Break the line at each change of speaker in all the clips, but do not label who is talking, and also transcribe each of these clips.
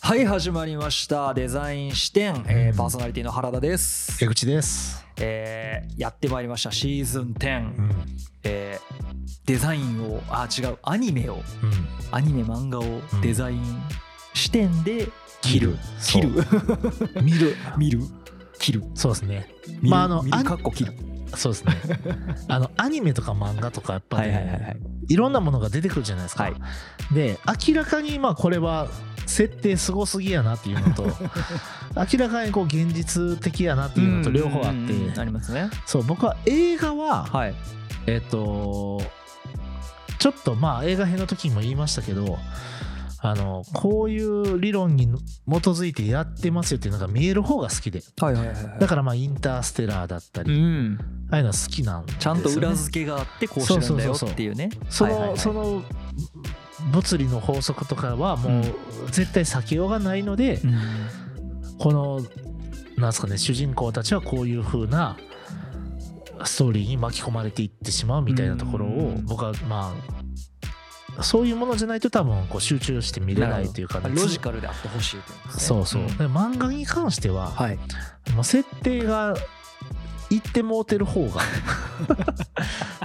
はい始まりましたデザイン視点、えーパーソナリティの原田です、
江口です。
えーやってまいりましたシーズン10、
うん、
えーデザインをあ違うアニメを
うん、
アニメ漫画を
うん
デザイン視点で切る、切る
そう、見る、
見る切る
そうですね。
見る,、
まああの
見
ア
る
ニ
かっこ切る
そうですね。 あのアニメとか漫画とかやっぱね、
はいはいはいはい
ろんなものが出てくるじゃないですか。
はい
で、明らかにまあこれは設定すごすぎやなってい うのと、明らかにこう現実的やなっていうのと両方あって、
うんうんうんありますね
そう僕は映画は、
はい
えっ、とちょっとまあ映画編の時にも言いましたけどあのこういう理論に基づいてやってますよっていうのが見える方が好きで
はいはいはいはい
だからまあインターステラーだったり、
うん
ああいうのは好きなんですよね
ちゃんと裏付けがあってこうしてるんだよっていうね
そ
はいはいは
の
い
その物理の法則とかはもう絶対避けようがないので、
うん
このなんすかね主人公たちはこういう風なストーリーに巻き込まれていってしまうみたいなところを
うん
僕はまあそういうものじゃないと多分こう集中して見れないというか、
なるほどロジカルであってほしいということですね
そうそう、
ん
で漫画に関しては、
はい
もう設定が言ってもうてる 方が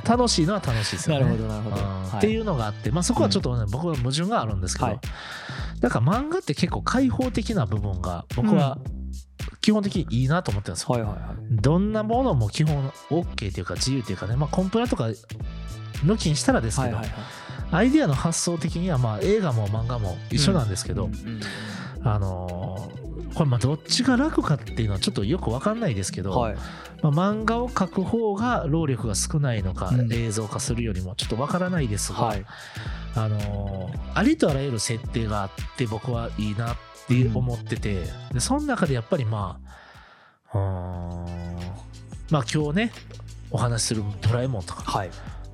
楽しいのは楽しいですよ
な
ね。
るほどなるほど、
うん
は
っていうのがあって、まあ、そこはちょっとね、僕は矛盾があるんですけど、
はい
だから漫画って結構開放的な部分が僕は基本的にいいなと思ってるんですよ。
はいはいはい
どんなものも基本 OK というか自由というかね、まあ、コンプラとか抜きにしたらですけ
は
ど、
いはいはい
アイデアの発想的にはまあ映画も漫画も一緒なんですけど、
うんうん
あのーこれまあどっちが楽かっていうのはちょっとよく分かんないですけど、
はい
まあ、漫画を描く方が労力が少ないのか、
うん
映像化するよりもちょっと分からないですが、
はい
あのーありとあらゆる設定があって僕はいいなって思ってて、でその中でやっぱりまあうーんまあ今日ねお話しする「ドラえもん」とか
はい
っ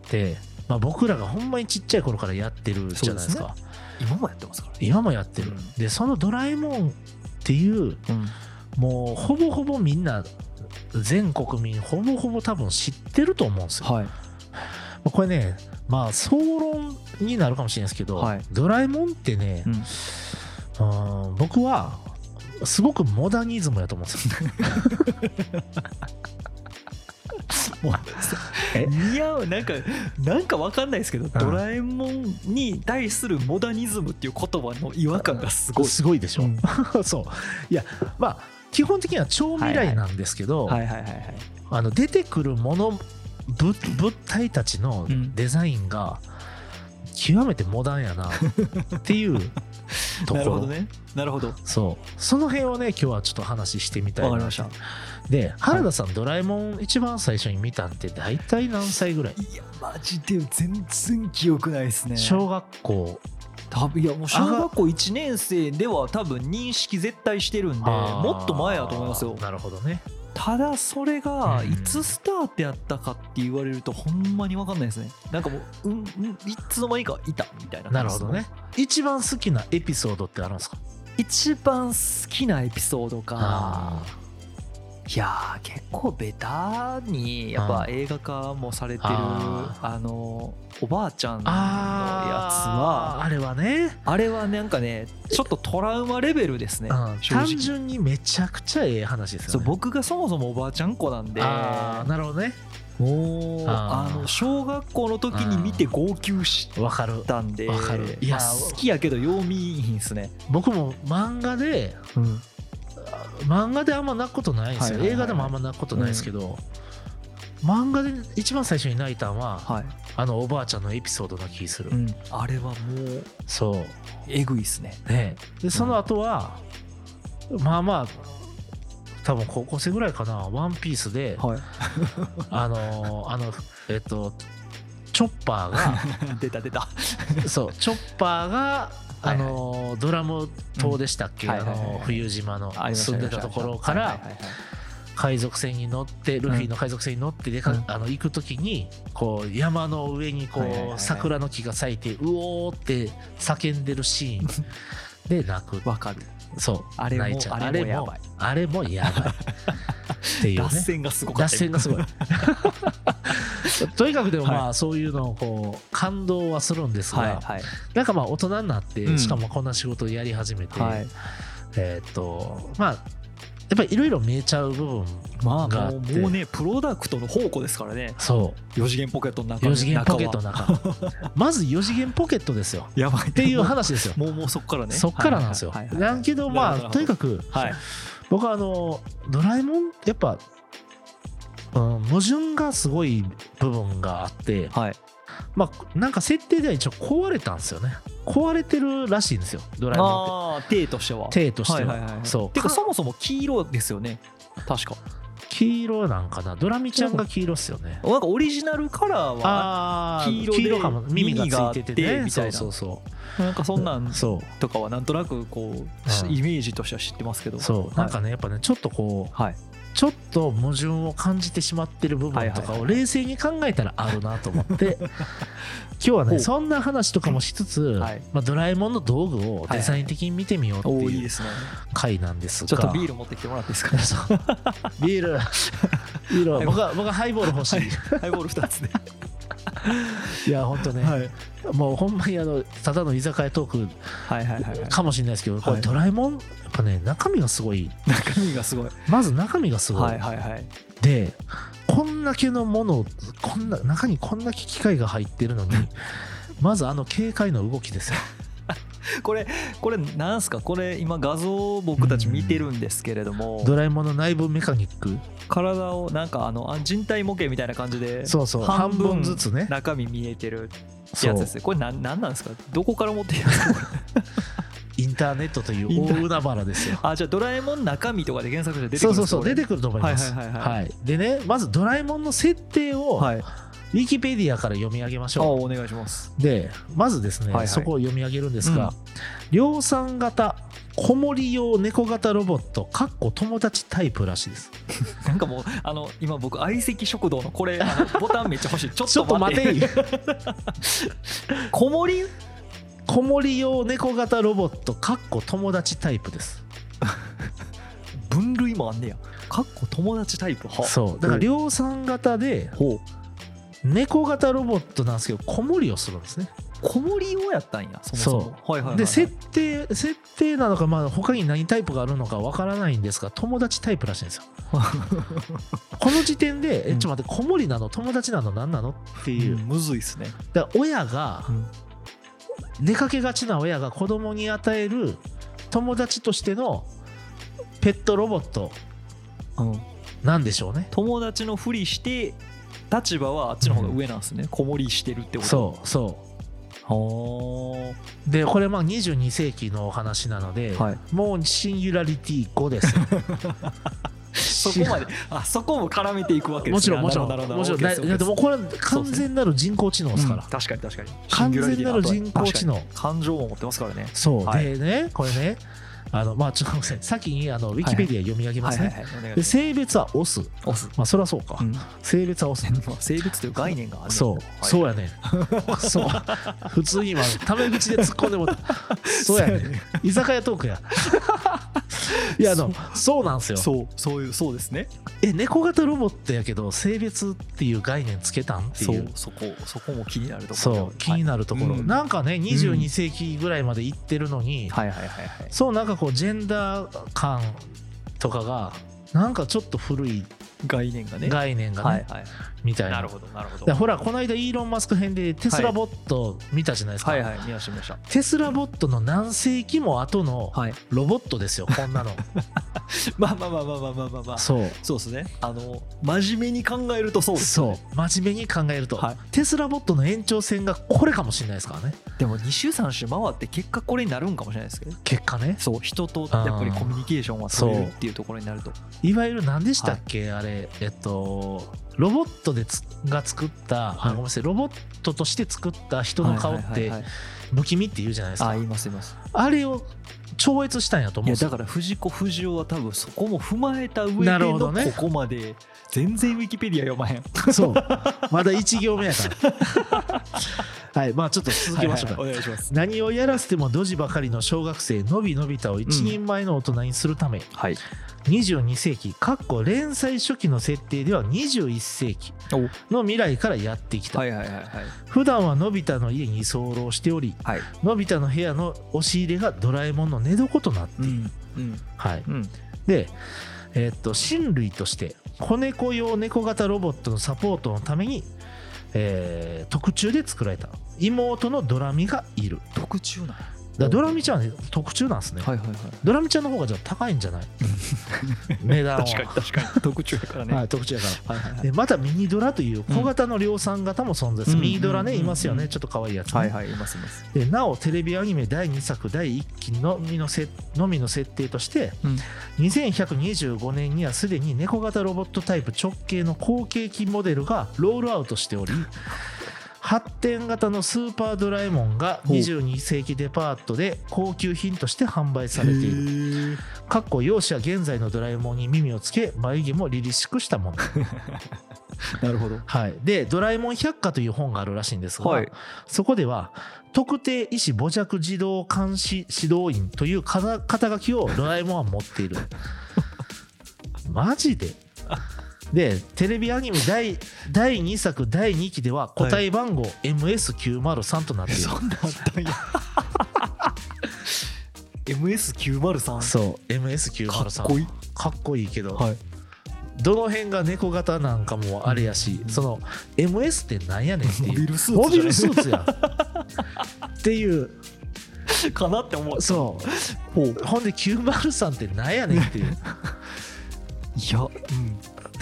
て、まあ、僕らがほんまにちっちゃい頃からやってるじゃないですか
そう今もやってますからね
今もやってる、
うん
でその「ドラえもん」っていう
うん
もうほぼほぼみんな全国民ほぼほぼ多分知ってると思うんですよ
はい
まあこれねまあ総論になるかもしれないですけど、
はい
ドラえもんってね、
う
うんーん僕はすごくモダニズムやと思うんですよ え
似合うなんかなんかわかんないですけど、ド
ド
ラ
ラ
えもんに対するモダニズムっていう言葉の違和感がすごい
すごいでしょ、 そういやまあ基本的には超未来なんですけど、
はいはいはいはい
あの出てくるものぶ物体たちの
うん
デザインが極めてモダンやなっていうとこ
なるほ
ろ、
どねなるほど
そうその辺をね今日はちょっと話してみたい
わ
な
かりました
で原田さん、ドラえもん一番最初に見たんって大体何歳ぐらい
いやマジで全然記憶ないですね
小学校
多分いやもう小学校1年生では多分認識絶対してるんで
あー
もっと前やと思いますよ
なるほどね
ただそれが
うん
いつスタートやったかって言われるとほんまに分かんないですねなんかもう、うん、うんいつの間にかいたみたいな感
なる
じで
ほ
す
どね一番好きなエピソードってあるんですか
一番好きなエピソードか
あ
いやー結構ベタにやっぱ映画化もされてる
あ
あのおばあちゃんのやつ
あ
は
ーあれはね、
あれはなんかねちょっとトラウマレベルですね
うん、
正直
単純にめちゃくちゃええ話です
そ
よ
う
ね
僕がそもそもおばあちゃん子なんで
あーなるほどね
もうあ
あー
の小学校の時に見て号泣し
わかる
たんで
わかる
い
い
や
や
好きやけどよう見いひんっすね、
僕も漫画で漫画であんま泣くことないんですよ、
はいはいはい
映画でもあんま泣くことないですけど、漫画で一番最初に泣いたんは、
はい、
あのおばあちゃんのエピソードな気する、
うん、あれはもう
そ
えぐいっすね
うねでその後は、まあまあ多分高校生ぐらいかな「ワンピースで、
はい
あのーあのえっとチョッパーが
出た出た
そうチョッパーがあのードラム島でしたっけ、
うん
あの
はいはいはいは
ー
い
冬島の
ありました
住んでたところか
はい
ら
はいはいはい
海賊船に乗ってルフィの海賊船に乗って出か、
うん
あの行く時にこう山の上にこ
はいはいはいはいう
桜の木が咲いてうおーって叫んでるシ ーンで泣く
わかる
そう
あれも
泣いちゃう
あれもやばい
あれもあれもやばいっていう ね
脱線がすごかった
脱線がすごいとにかくでもま
は
あそういうのをこう感動はするんですが、
はいはい
なんかまあ大人になっ
う
て
ん
しかもこんな仕事をやり始めて、
はい
えーっとまあやっぱりいろいろ見えちゃう部分
ま
があ
あも
っ
う
て
もうねプロダクトの宝庫ですからね
そ
4次元ポケットの
う
中の
4次元ポケットの中まず4次元ポケットですよ
やばいっ
っていう話ですよ
もうもうそっからね
そっからなんですよ
はいはいはい
なんけど
なる
まあ
ほど
とにかく
はい
僕はあのドラえもんやっぱ、うん、矛盾がすごい部分があって
はい
まあなんか設定では一応壊れたんですよね壊れてるらしいんですよドラえもんって
ああ手としては
手としては,、
いはいはい
そう
てか
か
そもそも黄色ですよね確か
黄色なんかなドラミちゃんが黄色っすよね
なんかオリジナルカラーは
あ
ー
黄色で
黄
黄
色
色
か
か
も
も
耳
耳
が
が
つ
つ
い
い
て
て
て
て
ね
ね
そう
そ
そう
そ
なんかそんなん
うそ
とかはなんとなくこう、
うん
イメージとしては知ってますけど
うそうなん
は
かねやっぱねちょっとこ
いうはい
ちょっと矛盾を感じてしまってる部分とか
はいはい
を冷静に考えたらあるなと思って 今日は
ほう
ねそんな話とかもしつつ、
はい
まあ、ドラえもんの道具をデザイン的に見てみようって
おーいい
い
で
う
すね
回なんです
ちょ
が
っとビール持ってきてもらっていいです か
ビールビール
はい
僕は僕はハイボール欲しい、い、
ハイボール2つで、
やほんとね、
い、
もうほんまにあのただの居酒屋トー
はいはいはい はい
クかもしれないですけど、こ
は
れ
い
ドラえもんやっぱね中身がすごい
中身がすごい
まず中身がすごい、
はいはいはい
でこんだけのものをこんな中にこんだけ機械が入って るのにまずあの警戒の動きですよ
これこれなんすかこれ今画像を僕たち見てるんですけれども
ドラえもんの内部メカニック
体をなんかあのあ人体模型みたいな感じで
そうそう
半
半
分
分ずつね
中身見えてるって
そ
や
う
つですねこれなんなんなんですかどこから持ってき たんですか
インターネットとい
イン
う
タ
大海原ですよ
あじゃあドラえもん中身とかで検索して出てく
そ
る
うんそ
ですか
うそう出てくると思います
はいはいはいはい
はいでねまずドラえもんの設定
こ
をウ
れはい
ィキペディアから読み上げまし
あ
ょう
お願いします
でまずですね、
はいはい
そこを読み上げるんですが、
うん
量産型子守用猫型ロボットかっこ友達タイプらしいです
なんかもうあの今僕相席食堂のこれあ のボタンめっちゃ欲しいちょっ
ちょっと
と待
待
って
てい
子守
子守用猫型ロボットかっこ友達タイプです
分類もあんねやかっこ友達タイプは
そうだから量産型で
ほう
猫型ロボットなんですけど子守をするんですね
子守をやったんやそもそもはいはいはいはい
で設定設定なのかまあ他に何タイプがあるのかわからないんですが友達タイプらしい んですよこの時点でえちょっと待って子守なの友達なの何なのっていう、
うんむずいっすね
だから親が、
うん
出かけがちな親が子供に与える友達としてのペットロボット
うん
なんでしょうね
友達のふりして立場はあっちの方が上なんですね、子守してるってこと
そうそう
は
でこれまあ22世紀のお話なので、
はい
もうシンギュラリティ5ですよ
そこまであそこも絡めていくわけで
も
す
ち
ね
ろんもちろん
なるほど
もちろん
な
だ
るほど
だってもう
OK
これは完全なる人工知能で
ですす
か
OK
ら、
うん確かに確かに
完全なる人工知能
確かに感情も持ってますからね
そう、
はい
でねこれねあのまあちょっとごめんなさい先にあのウィキペディア読み上げますね、
はいはいはいお願い
で
し
性別はオス
ますオス
まあそりゃそうか、
うん
性別はオス
まあ性別という概念がある
そう、
う
そうやね そう普通に今タメ口で突っ込んでもらったそうやね居酒屋トー クやいやあのそうなんですよ
そうそういうそうですね
え猫型ロボットやけど性別っていう概念つけたんって
そ
いうう
そこそこも気になるところ
そう気になるところ、
はいうん
なんかね
うん
22世紀ぐらいまで行ってるのに、
はいはいはいはい
そうなんかこうジェンダー感とかがなんかちょっと古い
概念がね
概念がね、
はいはい
みたいな
なるほどなるほど
だからほらこの間イーロン・マスク編でテスラボット見たじゃないですか、
はいはい見ました見ました
テスラボットの何世紀も後の
はい
ロボットですよ、こんなの。
まあまあまあまあまあまあまあまあ
そう
そうですねあの真面目に考えるとそうですよ
そ
ね
う真面目に考えると、
はい
テスラボットの延長線がこれかもしれないですからね
でも2週3週回って結果これになるんかもしれないですけどね
結果ね
そう人とやっぱりコミュニケーションは取れるっていうところになると
いわゆる何でしたっけ、あれえっとロボットでつが作った、
はい
あごめんなさいロボットとして作った人の顔っ
はいはい
て
はいはい
不気味って言うじゃないですか、
あ言います言います
あれを超越したんやと
い
思う
や
んです
だ
よ
から藤子不二雄は多分そこも踏まえた上で
なる
の
ほどね
ここまで全然ウィキペディア読まへん
そうまだ1行目やからはいまあちょっと続けましょうか、
はいはいお願いします
何をやらせてもドジばかりの小学生のびのび太を一人前の大人にするため、
はい
22世紀かっこ連載初期の設定では21世紀
お
の未来からやってきた、
はいはいはいはい
普段はのび太の家に居候しており
はい
のび太の部屋の押し入れがドラえもんの寝床となって
う
いる、
んうん
はい、
うん
でえーっと親類として子猫用猫型ロボットのサポートのために、えー特注で作られた妹のドラミがいる
特注なん
だからドラミちゃんはね特注なんですね、
はいはいはい
ドラミちゃんの方がじゃあ高いんじゃない値段は
確かに確かに特注やからね
はい、特注やから
はいはいはい
でまたミニドラという小型の量産型も存在する、
うん
ミニドラね、
うん
いますよね、
うん
ちょっと可愛いやつね、
はいはいいますいます
でなおテレビアニメ第2作第1期のみのせのみの設定として、
うん
2125年にはすでに猫型ロボットタイプ直径の後継機モデルがロールアウトして おり発展型のスーパードラえもんが
ほう
22世紀デパートで高級品として販売されている
る
かっこ容姿は現在のドラえもんに耳をつけ眉毛も凛々しくしたもの
なるほど
はい、で「ドラえもん百科」という本があるらしいんですが、
はい
そこでは特定医師母弱児童監視指導員という肩肩書きをドラえもんは持っている マジででテレビアニメ第第2作第2期では個体番号 MS903 となっている、
そ んなんあったんや MS903
そう
か
MS903
っこいい
かっこいいけど、
はい
どの辺が猫型なんかもあれやし、
うん
その MS ってなんやねんっていう
モビルスーツ
モビル
じ
ス
ゃ
ー ツやっていう
ないかなって思う
そう
ほう
ほんで903ってなんやねんっていう、
いやう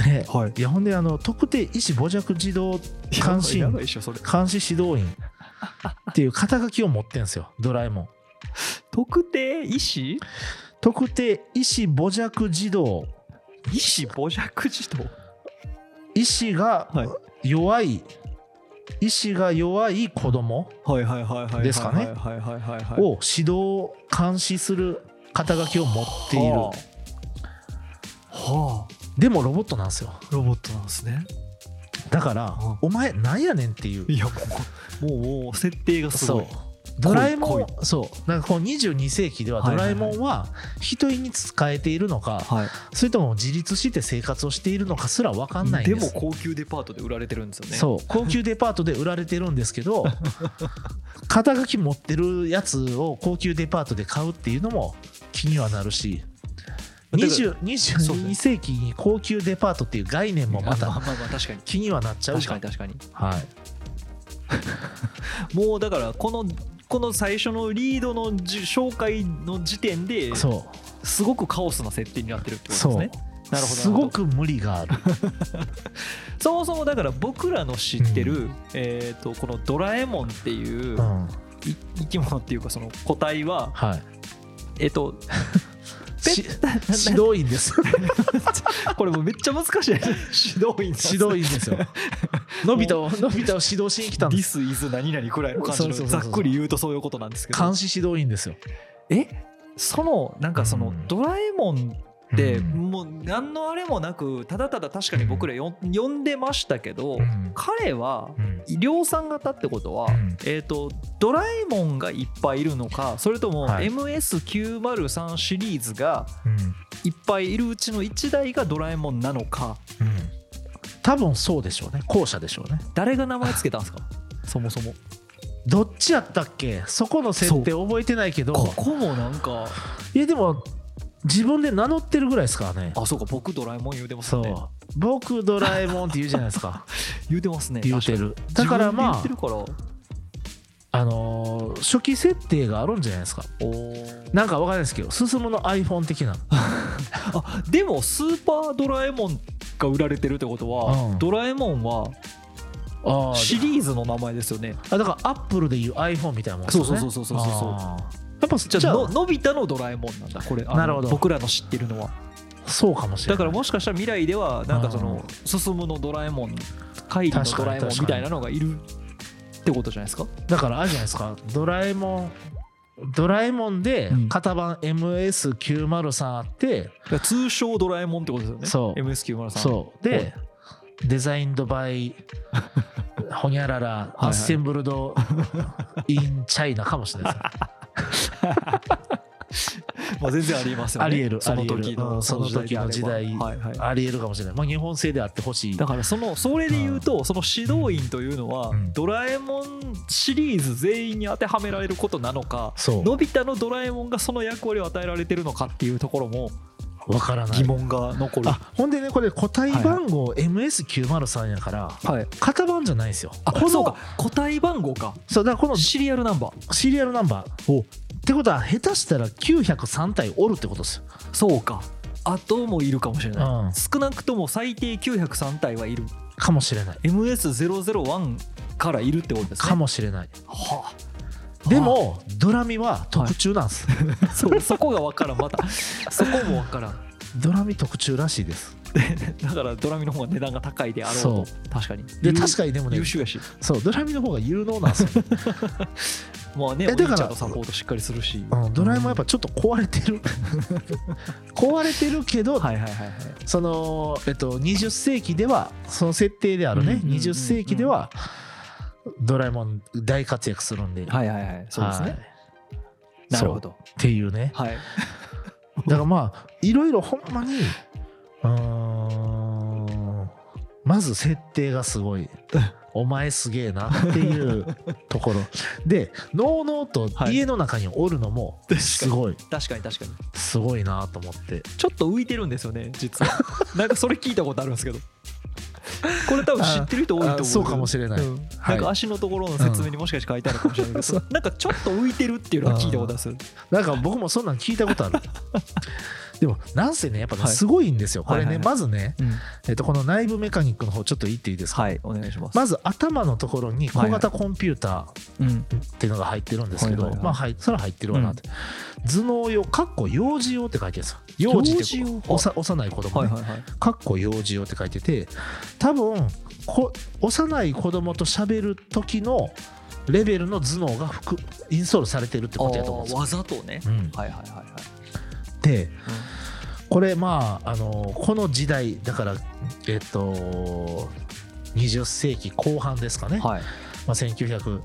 ん
ね
はい
いやほんであの特定医師母弱児童関心
やばいでしょそれ
監視指導員っていう肩書きを持ってんすよドラえもん
特定医師
特定医師母弱児童
医師母弱児童
医師が
はい
弱い、医師が弱い子供
はいはいはいはい
ですかね
はいはいはいはい
を指導監視する肩書きを持っている、
はあはあ
でもロボットなんですよ
ロボットなんですね
だから、お前なんやねんっていう
いやもうもうもう設定がす
そ
ご
う
い
ドラえも
濃い
んそうなんかこう22世紀では
は
ド
いはい
ラ
は
え
い
もんは人に使えているのか、
はい
それとも自立して生活をしているのかすら分かんないん
で
で
も
す
高級デパートで売られてるんですよね
そう高級デパートで売られてるんです けど肩書き持ってるやつを高級デパートで買うっていうのも気にはなるし
だから
20
そうです
22
ね
世紀に高級デパートっていう概念もま
あまあ
た
まあまあ確かに
気にはなっちゃう
確か
か
に確かに
はい
もうだからこのこの最初のリードのじ紹介の時点で
そ
すごくカオスな設定になってるってこ
う
とです
そ
ね
う
なるほど
すごく無理が ある
そもそもだから僕らの知ってる、えー、とこのドラえもんっていう
う、ん
い生き物っていうかその個体は
はい
えっ、と
し
ペッ
指導員です
これもうめっちゃ難しい指導員
指導員です よのび太をのび太を指導しに来たん
デ
で
ィ
す
スイズ何々くらいの感じの
そうそうそ
ざ
うそう
っくり言うとそういうことなんですけど
監視指導員ですよ
えそのなんかその
うん
ドラえもんって
うん
もう何のあれもなくただただ確かに僕らよ呼んでましたけど
うん
彼は
うん
量産型ってことは
うん
えー、とドラえもんがいっぱいいるのかそれとも
はい
MS903 シリーズが
うん
いっぱいいるうちの1台がドラえもんなのか
うん多分そうでしょうね後者でしょうね
誰が名前つけたん ですかそもそも
どっちやったっけそこの設定覚えてないけど
ここもなんか
いやでも自分で名乗ってるぐらいですからね
あそうか僕ドラえもん言うてます
そ
よね
う僕ドラえもんって言うじゃないですか
言うてますね
言うてる
確か
だ
に
から
自
ま
分で言ってる
ああのー初期設定があるんじゃないですか
からおー
なんかわかんないですけど進むの iPhone 的な
あでもスーパードラえもんが売られてるってことは、
うん
ドラえもんは
あー
シリーズの名前ですよね
あだからアップルでいう iPhone みたいなもんですよね
そうそうそうそうそうそう
あーやっぱ
じ
じ
ゃ
ゃ
あ
あ
ののび太のドラえもんなんだこれあの
なるほど
僕らの知ってるのは
そうかもしれな
だ
い
からもしかしたら未来ではなんかその
あ
進むのドラえもん帰りのドラえもんみたいなのがいるってことじゃないですか
だからあれじゃないですかドラえもんドラえもんで
うん
型番 MS903 あって、
だから通称ドラえもんってことですよね
そう
MSQ さん
そうでデザインドバイホニャララ
いは
ア
い
ッセンブルドインチャイナかもしれないですね
まあ全 然ありますよね
ありえる
その
あり
時
えるう
の
んその時の時代
そのはいはい
ありえるかもしれない、まあ、日本製であってほしい
だからそのそれで言うとその指導員というのは
うん
ドラえもんシリーズ全員に当てはめられることなのか
そ
のび太のドラえもんがその役割を与えられてるのかっていうところも
うわからな
疑
い
問が残る、
あほんでねこれ個体番号 MS903 やから、
はい、
型番じゃないんですよこ
あ
の
そうか個体番号か
そうだからこの
シリアルナンバー
シリアルナンバーってことは下手したら903体おるってことですよ
そうか後もいるかもしれない、
うん
少なくとも最低903体はいる
かもしれない
MS001 からいるってことですね
かもしれない
はあ
でもドラミは特注なんです、
あ そうそこが分からんまたそこも分からん
ドラミ特注らしいです
だからドラミの方が値段が高いであろう
そ
と確かに
で確
か
かにでもね
優秀やし
そうドラミの方が有能なんですよ、
まあねお
えだから
兄ちゃんのサポートしっかりするし、
うんドラえもんやっぱちょっと壊れてる 壊れてるけど、
はいはいはいはい
その、えっと、20世紀ではその設定であるね、
うんうんうんうん
20世紀ではドラえもん大活躍するんで、
はいはいはいそうです
はい
ね
い
なるほど
っていうね
はい
だからまあいろいろほんまにうーんまず設定がすごいお前すげえなっていう ところでノーノーと家の中におるのもすごい
確かに確かに
すごいなと思って
ちょっと浮いてるんですよね実 はなんかそれ聞いたことあるんですけどこれ多分知ってる人多いと思
あ
う
そうかもしれない、
うん
はい
なんか足のところの説明にもしかして書いてあるかもしれないけど、なんかちょっと浮いてるっていうのは聞いたことあるんですよ
なんか僕もそんなん聞い たことあるでもなんせねやっぱね
はい
すごいんですよ、こ
はい
れ
は
ね
いは
まずね、
うん
えっと、この内部メカニックの方ちょっと言っていいですか、
はいお願いします、
まず頭のところに小型コンピューター、
うん、
っていうのが入ってるんですけど、
はいはいはい
まあはいそれは入ってるわなって、頭脳用かっこ幼児用って書いてるんですよ幼児って
幼児用
おさ幼い子供
はい
ね、
はいはい
かっこ幼児用って書いてて多分こ幼い子供と喋る時のレベルの頭脳が含インストールされてるってことやと思うんですよ。
わざとね
うん、
はいはいはいはい
でこれまああのこの時代だからえっと20世紀後半ですかね、
はい
まあ、1980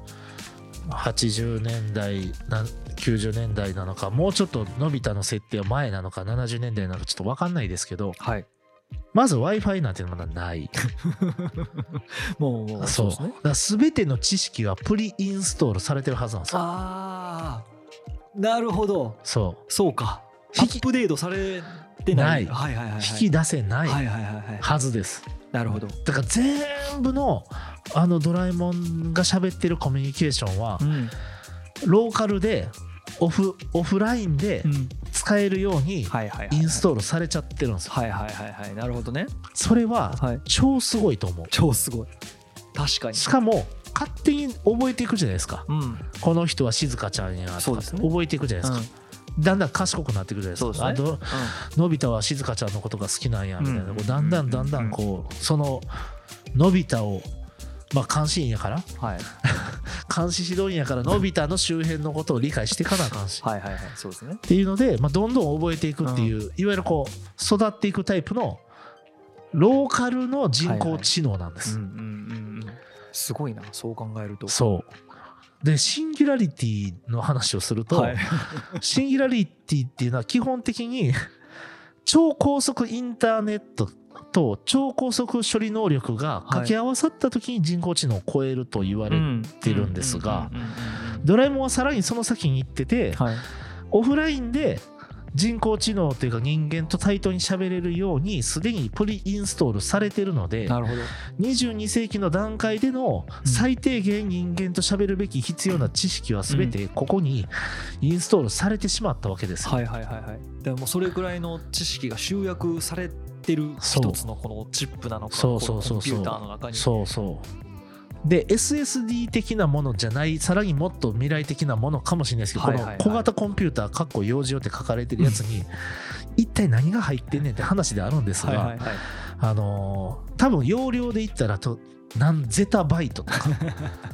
年代な90年代なのかもうちょっとのび太の設定は前なのか70年代なのかちょっと分かんないですけど
はい
まず w i f i なんてま だない
もうもうそうですね
だから全ての知識がプリインストールされてるはずなんですよ
ああなるほど
そ
そうかア
引き
ップデートされてない
ない
はいはいはいは
う
い
引き出せな
はい
い
はいはいはい
はずです
なるほど
だから全部のあのドラえもんが喋ってるコミュニケーションは
うん
ローカルでオフオフラインで
うん
使えるように
はいはいはい
インストールされちゃってるんですよ
はいはいはいはいなるほどね
それは
はい
超すごいと思う
超すごい確かに
しかも勝手に覚えていくじゃないですか
うん
この人は静香ちゃんや
そ
と
う
か
ですね
覚えていくじゃないですか、だんだん賢くなっていくじゃないです
そう
か
ですね
あののび太は静香ちゃんのことが好きなんやみたいな、
うん
こうだんだんだんだんこうそののび太をまあ監視員やから
うんはい
監視指導員やからのび太の周辺のことを理解していかなあかんし、
はいはいはいそうですね
っていうので、まあ、どんどん覚えていくっていう、いわゆるこう育っていくタイプのローカルの人工知能なんです、
うんうんうんうんすごいなそう考えると
そうでシンギュラリティの話をすると、
はい
シンギュラリティっていうのは基本的に 超高速インターネットと超高速処理能力が掛け合わさった時に人工知能を超えると言われる、てるんですが
うんうんうんうん
ドラえもんはさらにその先に行ってて、
うんはい
オフラインで人工知能というか人間と対等に喋れるようにすでにプリインストールされてるので
なるほど
22世紀の段階での最低限人間と喋るべき必要な知識は全てここにインストールされてしまったわけですよ。
はいはいはいはいでもそれぐらいの知識が集約されてる
そう
一つのこのチップなのか
そうそうそう
こ
そう
のコンピューターの中に
そうそうで SSD 的なものじゃないさらにもっと未来的なものかもしれないですけど、
はいはいはい
この小型コンピューターかっこ用事用って書かれてるやつに一体何が入ってんねんって話であるんですが、
はいはいはい
あのー多分容量で言ったらと何ゼタバイト とか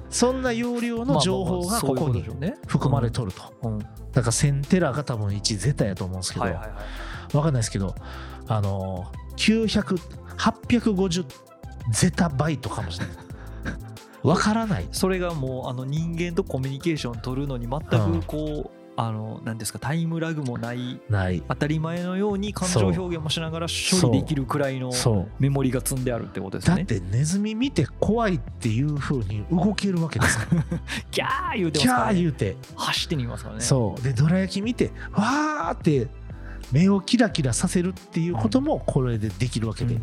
そんな容量の情報がここに
ね
含まれとると
うん
だから1000テラが多分1ゼタやと思うんですけど、
はいはいはい
わかんないですけどあの900 850ゼタバイトかもしれない わからない
それがもうあの人間とコミュニケーション取るのに全
うん
くこう、あの何ですかタイムラグもない
ない
当たり前のように感情表現もしながら処理できるくらいの
そう
メモリが積んであるってことです
だ
よ
っ
ね。
てネズミ見て怖いっていう風に動けるわ けですから
キャー言うて
キ
ますか
ャ
ら、
ー
ね、
言うて
走ってみますからね。
そうでどら焼き見てわーって目をキラキラさせるっていうこともこれでできるわけ
うん
で、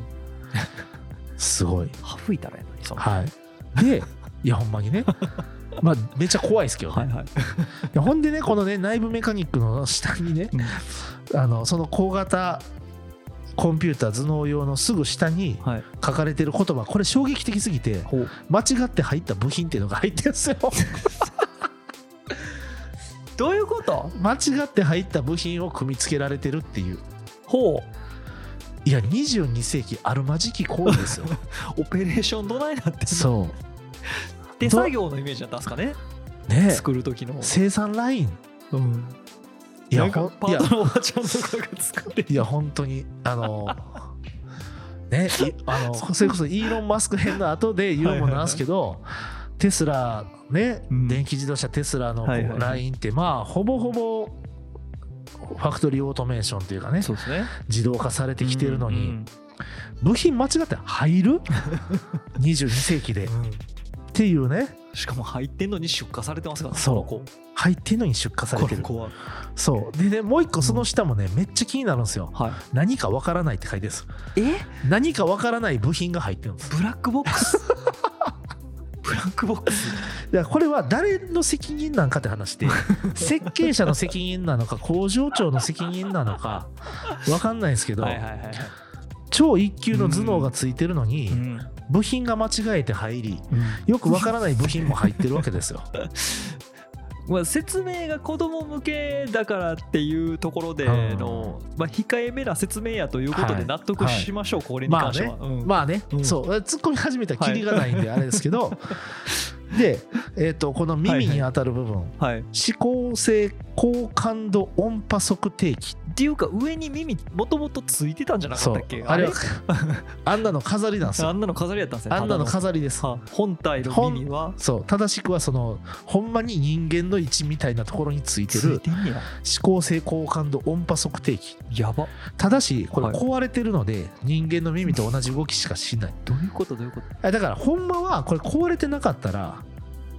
すごい
吹いたらやのにその
はいでいやほんまに ねまあめっちゃ怖いですけど
は
ね、
いはい。
いやほんでねこのね内部メカニックの下にねあのその高型コンピューター頭脳用のすぐ下に
はい。
書かれてる言葉これ衝撃的すぎて
ほう。
間違って入った部品っていうのが入ってるんですよ
どういうこと？
間違って入った部品を組み付けられてるっていう
ほう。
いや22世紀あるまじき行為ですよ
オペレーションどないなってんの
そ
手作業のイメージだったんですかね？
うね
作る時の。
生産ライン
うん。
いや
なんか
ほん
パ
いや
ートのおばちゃんとかが作って
いや本当にあの ねいあのそれこそイーロン・マスク編の後で言うのもなんですけどテスラね、
うん
電気自動車テスラの
はいはいはい
ラインってまあほぼほぼファクトリーオートメーションというかね
そうですね。
自動化されてきてるのに、
うん
部品間違って 入る22世紀でっ
うんうん
ていうね
しかも入ってんのに出荷されてますからね
そう
この
入ってんのに出荷され
子こ
て
の
る
子は
そうでねもう一個その下もねめっちゃ気になるんですよ
は
何かわからないって書いてるんです
いえ
何かわからない部品が入ってるんです
ブラックボック スブラックボックス
だからこれは誰の責任なんかって話 で設計者の責任なのか工場長の責任なのか分かんないですけど、
いはい、
超一級の頭脳がついてるのに、
うん
部品が間違えて入りよく分からない部品も入ってるわけですよ。
まあ、説明が子供向けだからっていうところでの、まあ、控えめな説明やということ
は
で
い
納得しましょう、これに
まあ
関しては
ね、、
うん
まあね、
うん
そう突っ込み始めたらキリがないんであれですけ ど、で、えー、とこの耳に当たる部分、
はい、っ
指向性高感度音波測定器
ていうか上に耳もともとついてたんじゃなか
そ
った
う
っけ
あれは あんなの飾りなんです
あ
よ
んなの飾りやったんですね
あんなの
ただ
飾りです
は本体の耳は
そう正しくはそのほんまに人間の位置みたいなところについて
つい
る
てんねや
指向性高感度音波測定器
やば
ただしこれ
はい
壊れてるので人間の耳と同じ動きしかしない
どういうことどういうこと
あだからほんまはこれ壊れてなかったら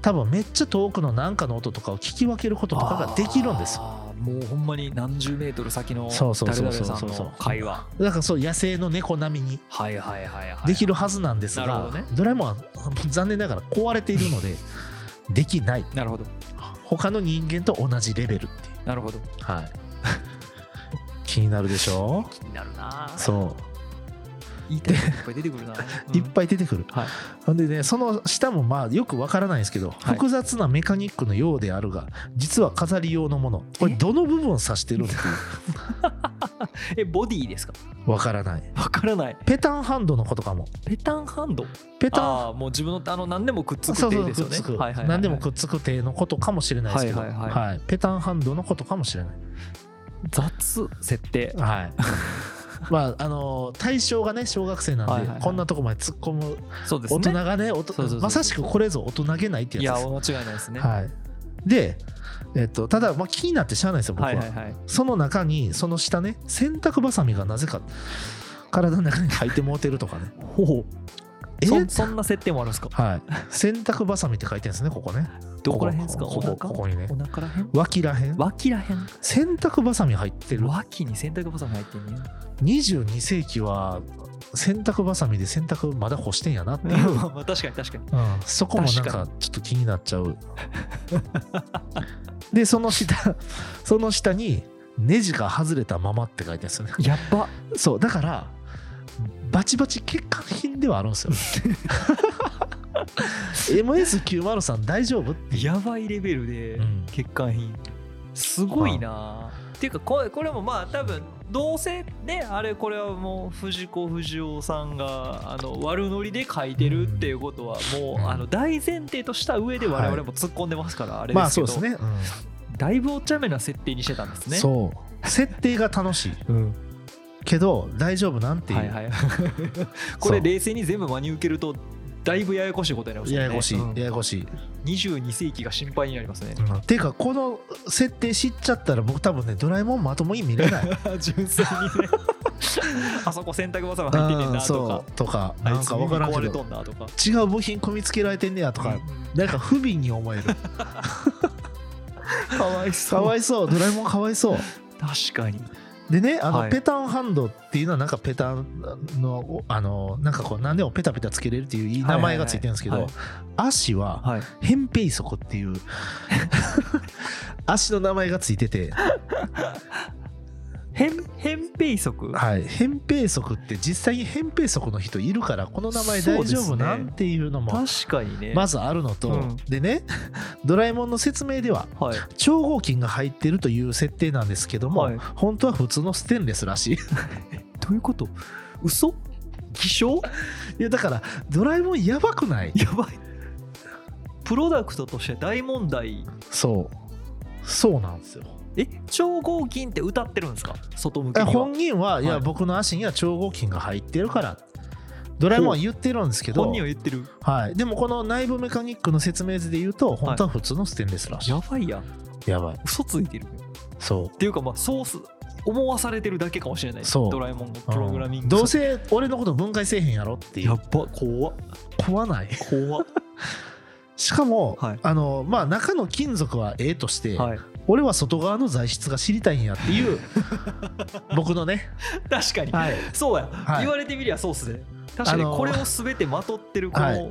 多分めっちゃ遠くの何かの音とかを聞き分けることとかができるんですよ
あーもうほんまに何十メートル先の
そうそう
誰
そう
々
そう
さんの会話
だからそう野生の猫並みに
はいはいはいはい
できるはずなんです
なる
が
ほどね
ドラえもん は残念ながら壊れているのでできない
なるほど
他の人間と同じレベルっていう
なるほど
はい。気になるでしょ
気になるなぁ
そ
言いたいこといっぱい出てく るな
う。いっぱい出てくる。
はい
ほんでね、その下もまあよくわからないんですけど、
い
複雑なメカニックのようであるが、実は飾り用のもの。これどの部分を指してるの
いえボディですか
わからない。
わからない
ペタンハンドのことかも。
ペタンハンド
ペタン
ああもう自分のあの何でもくっつ
そ
く
う
手
そう
です
くっ
よね
つく
はいはいはい
何でもくっつく手のことかもしれないですけど、
はいはいはい
はいペタンハンドのことかもしれない、
雑設定
はい、 まああのー対象がね小学生なんで、
はいはいはい
こんなとこまで突っ込む
そうです
大人
ね
がねおと
そうそうそう
まさしくこれぞ大人げないって
い
や
や
つです
間違いないですねは
はい、で、えっと、ただ、まあ、気になってしゃあないですよ、僕は。
いはいはい
その中に、その下ね、洗濯ばさみがなぜか体の中に入ってもうてるとかね。
ほう
え
そそんな設定もあるんですか
はい、洗濯ばさみって書いてるんですね、ここね。
どこら辺ですか
ここ
お
こ
腹
こここにね
お。腹ら辺
脇らへん。
脇ら辺
洗濯ばさみ入ってる。
脇に洗濯バサミ入ってんね
22世紀は洗濯ばさみで洗濯まだ干してんやなっていう。
やまあまあ確かに確かに
うん、そこもなん
確か
かちょっと気になっちゃ うでその下その下にネジが外れたままって書いてあるんですよね
やっば
そうだからバチバチ欠陥品ではあるん ですよ MS903 大丈夫っていう
やばいレベルで
うん
欠陥品すごいなあっていうかこれこれもまあ多分どうせねあれこれはもう藤子不二雄さんがあの悪ノリで書いてるっていうことはもう、
うん
あの大前提とした上で我々も突っ込んでますから、あれ
ま
で
あ
すけ
そう
ど、
ですね、
だいぶお茶目な設定にしてたんです
うん
ね。
そう設定が楽しい
うん
けど大丈夫なんていう、
はいはい、これ冷静に全部真に受けるとだいぶややこしいことになりますよ
や
ね
やこしい、
うん
ややこしい、
22世紀が心配になります ね
うんていうかこの設定知っちゃったら僕多分ねドラえもんまともに見れない
純粋にね あそこ洗濯バサミ入ってねえ
うん
なと
そ
か
うとか
あ
ないん
つ
か
耳
分からん
壊
け
れと
ど
んなとか
違う部品組み付けられてんねやとか、なんか不憫に思える
かわい そ
か
う
わいそうドラえもんかわいそう
確かに
でねあの、
はい
ペタンハンドっていうのはなんかペタンのあのなんかこう何でもペタペタつけれるっていういい名前がついてるんですけど、
はいはい
足は
はい
扁平足っていう足の名前がついてて、
扁扁平足
はい、扁平足って実際に扁平足の人いるからこの名前
そう
大
です
丈
ね
夫なんていうのも
確かにね
まずあるのと、
うん
でねドラえもんの説明では
はい
超合金が入ってるという設定なんですけども、
はい
本当は普通のステンレスらしい い
どういうこと嘘偽証
やだからドラえもんやばくない
やばいプロダクトとして大問題
そうそうなんですよ
え超合金って歌ってるんですか外向け
え
には
本人は、い、
は
や
い
僕の足には超合金が入ってるからドラえもんは言ってるんですけど
本人は言ってる
はい、でもこの内部メカニックの説明図で言うと本当は普通のステンレスらしい、
やばいやん
やばい
嘘ついてる
そ
っていうかまあソース思わされてるだけかもしれない
そう
ドラえもんの
う
プログラミング、
うんどうせ俺のこと分解せえへんやろってい
や
う
っば怖っ
怖ない
怖っ
しかも、
はい
あのまあ中の金属はええとして、
はい
俺は外側の材質が知りたいんや っていう僕のね、
確かに
はい、
そうや、
はい
言われてみりゃソースで確かに
あのー
これを全てまとってるこ
は
の
い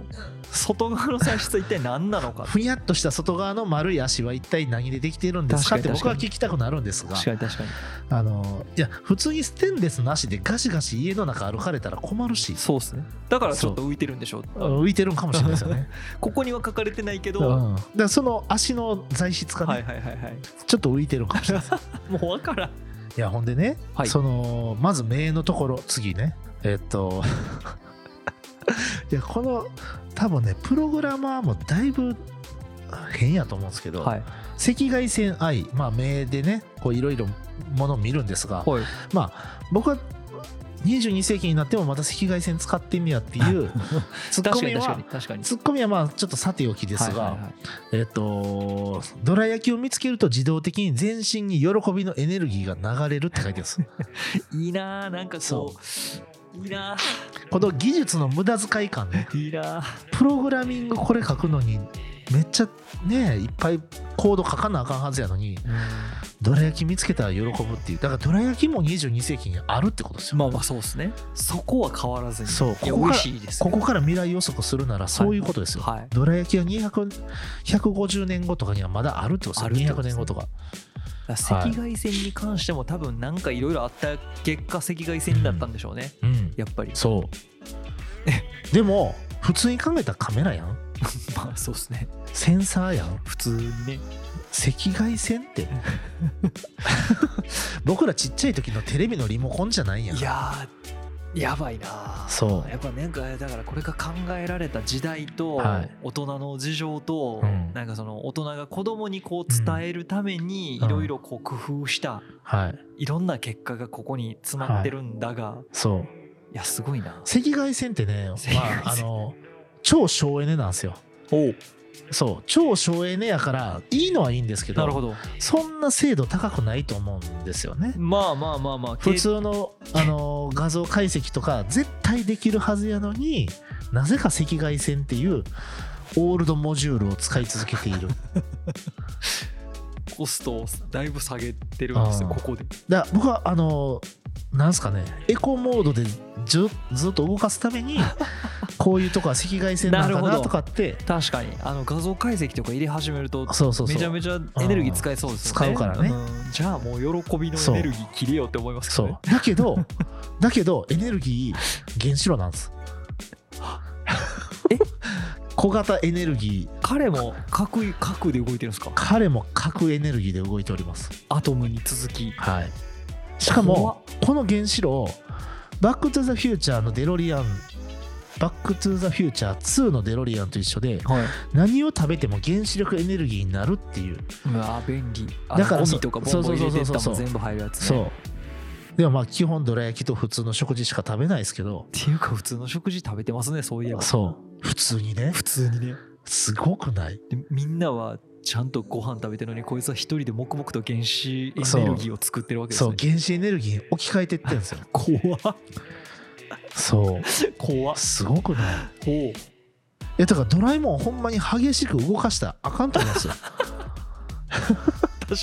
外側の材質は一体何なのか
ふにゃっとした外側の丸い足は一体何でできているんですか
確
って
かに
僕は聞きたくなるんですが
確かに確かに
あのいや普通にステンレスなしでガシガシ家の中歩かれたら困るし
そうっすねだからちょっと浮いてるんでしょう
浮いてるんかもしれないですよね。
ここには書かれてないけ ど、
うん、だからその足の材質かね、
はいはいはいはい
ちょっと浮いてるかもしれないです
もうわからん
いやほんでね、
はい
そのまず名のところ次ねえっと いやこの多分ねプログラマーもだいぶ変やと思うんですけど、
はい
赤外線 I まあ名でねこういろいろものを見るんですが、
はい
まあ僕は22世紀になってもまた赤外線使ってみやっていう ツッ
確
コ
か
ミ
に確かに
は
確かに
ツッコミはまあちょっとさておきです
は
が、
いはいはい
えっと、どら焼きを見つけると自動的に全身に喜びのエネルギーが流れるって書いてあるんです。
いいなあなんかこ
そう
いいな
この技術の無駄遣い感ね。
あいいなあ
プログラミングこれ書くのにめっちゃね、いっぱいコード書かなあかんはずやのに、どら焼き見つけたら喜ぶっていう。だからどら焼きも22世紀にあるってことですよ。
まあまあそうですねそこは変わらずに
そう
いや
こ
美
こが
味しいです
ここから未来予測するならそういうことですよ。
はい
どら焼きは200 150年後とかにはまだあるってこと
あるっ
で
て
すよ。
ことです
200年
ね
後とか。
赤外線に関しても多分なんかいろいろあった結果赤外線だったんでしょうね、
うん。
やっぱり
そう。でも、普通に考えたらカメラやん。
まあそうですね
センサーやん。
普通にね
赤外線って。僕らちっちゃい時のテレビのリモコンじゃないやん。
いやーやばいなあ
そう
やっぱなんかだからこれが考えられた時代と
はい
大人の事情と、
うん
なんかその大人が子供にこう伝えるためにい
うん
ろいろこう工夫した
はい。
いろんな結果がここに詰まってるんだが、い、
そう。
やすごいな
赤外線ってね、
線
まあ、あの、超省エネなんですよ。
お
そう。超省エネやから、いいのはいいんですけど、
なるほど
そんな精度高くないと思うんですよね。
まあまあまあまあ
普通のあの画像解析とか絶対できるはずやのになぜか赤外線っていうオールドモジュールを使い続けている
コストをだいぶ下げてるんですよ
あー
ここで
だ僕はあのなんすかねエコモードでずずっと動かすた めにこういうとこは赤外線なん
なる
だ
ほ
な
ど
とかって
確かにあの画像解析とか入れ始めると
そうそう
めち
そ
ゃ
う
めちゃエネルギー使えそうですよね
使うからね
んじゃあもう喜びのエネルギー切れようって思いますけ
そ
ど、
う
ね、
だけどだけどエネルギー原子炉なんです
え
小型エネルギー
彼も核核で動いてるんですか
彼も核エネルギーで動いております
アトムに続き
はい。しか
怖っ
もこの原子炉バック・トゥ・ザ・フューチャーのデロリアンバック・トゥ・ザ・フューチャー2のデロリアンと一緒で
はい、
何を食べても原子力エネルギーになるっていう
うわー便利あ
だから
ゴ
そ
ミとかボンボン入れてった
そ
も
うそうそうそうそうん
全部入るやつ、ね、っ
そうでもまあ基本どら焼きと普通の食事しか食べないですけど
ていうか普通の食事食べてますねそういえば
そう普通にね
普通にね
すごくない
でみんなはちゃんとご飯食べてるのにこいつは一人で黙々と原子エネルギーを作ってるわけです
そ
ね
う原子エネルギーに置き換えてってるんですよ
怖っ
そう
怖っ
すごくない
ほう
えだからドラえもんほんまに激しく動かしたらあかんと思い ますよ
確かに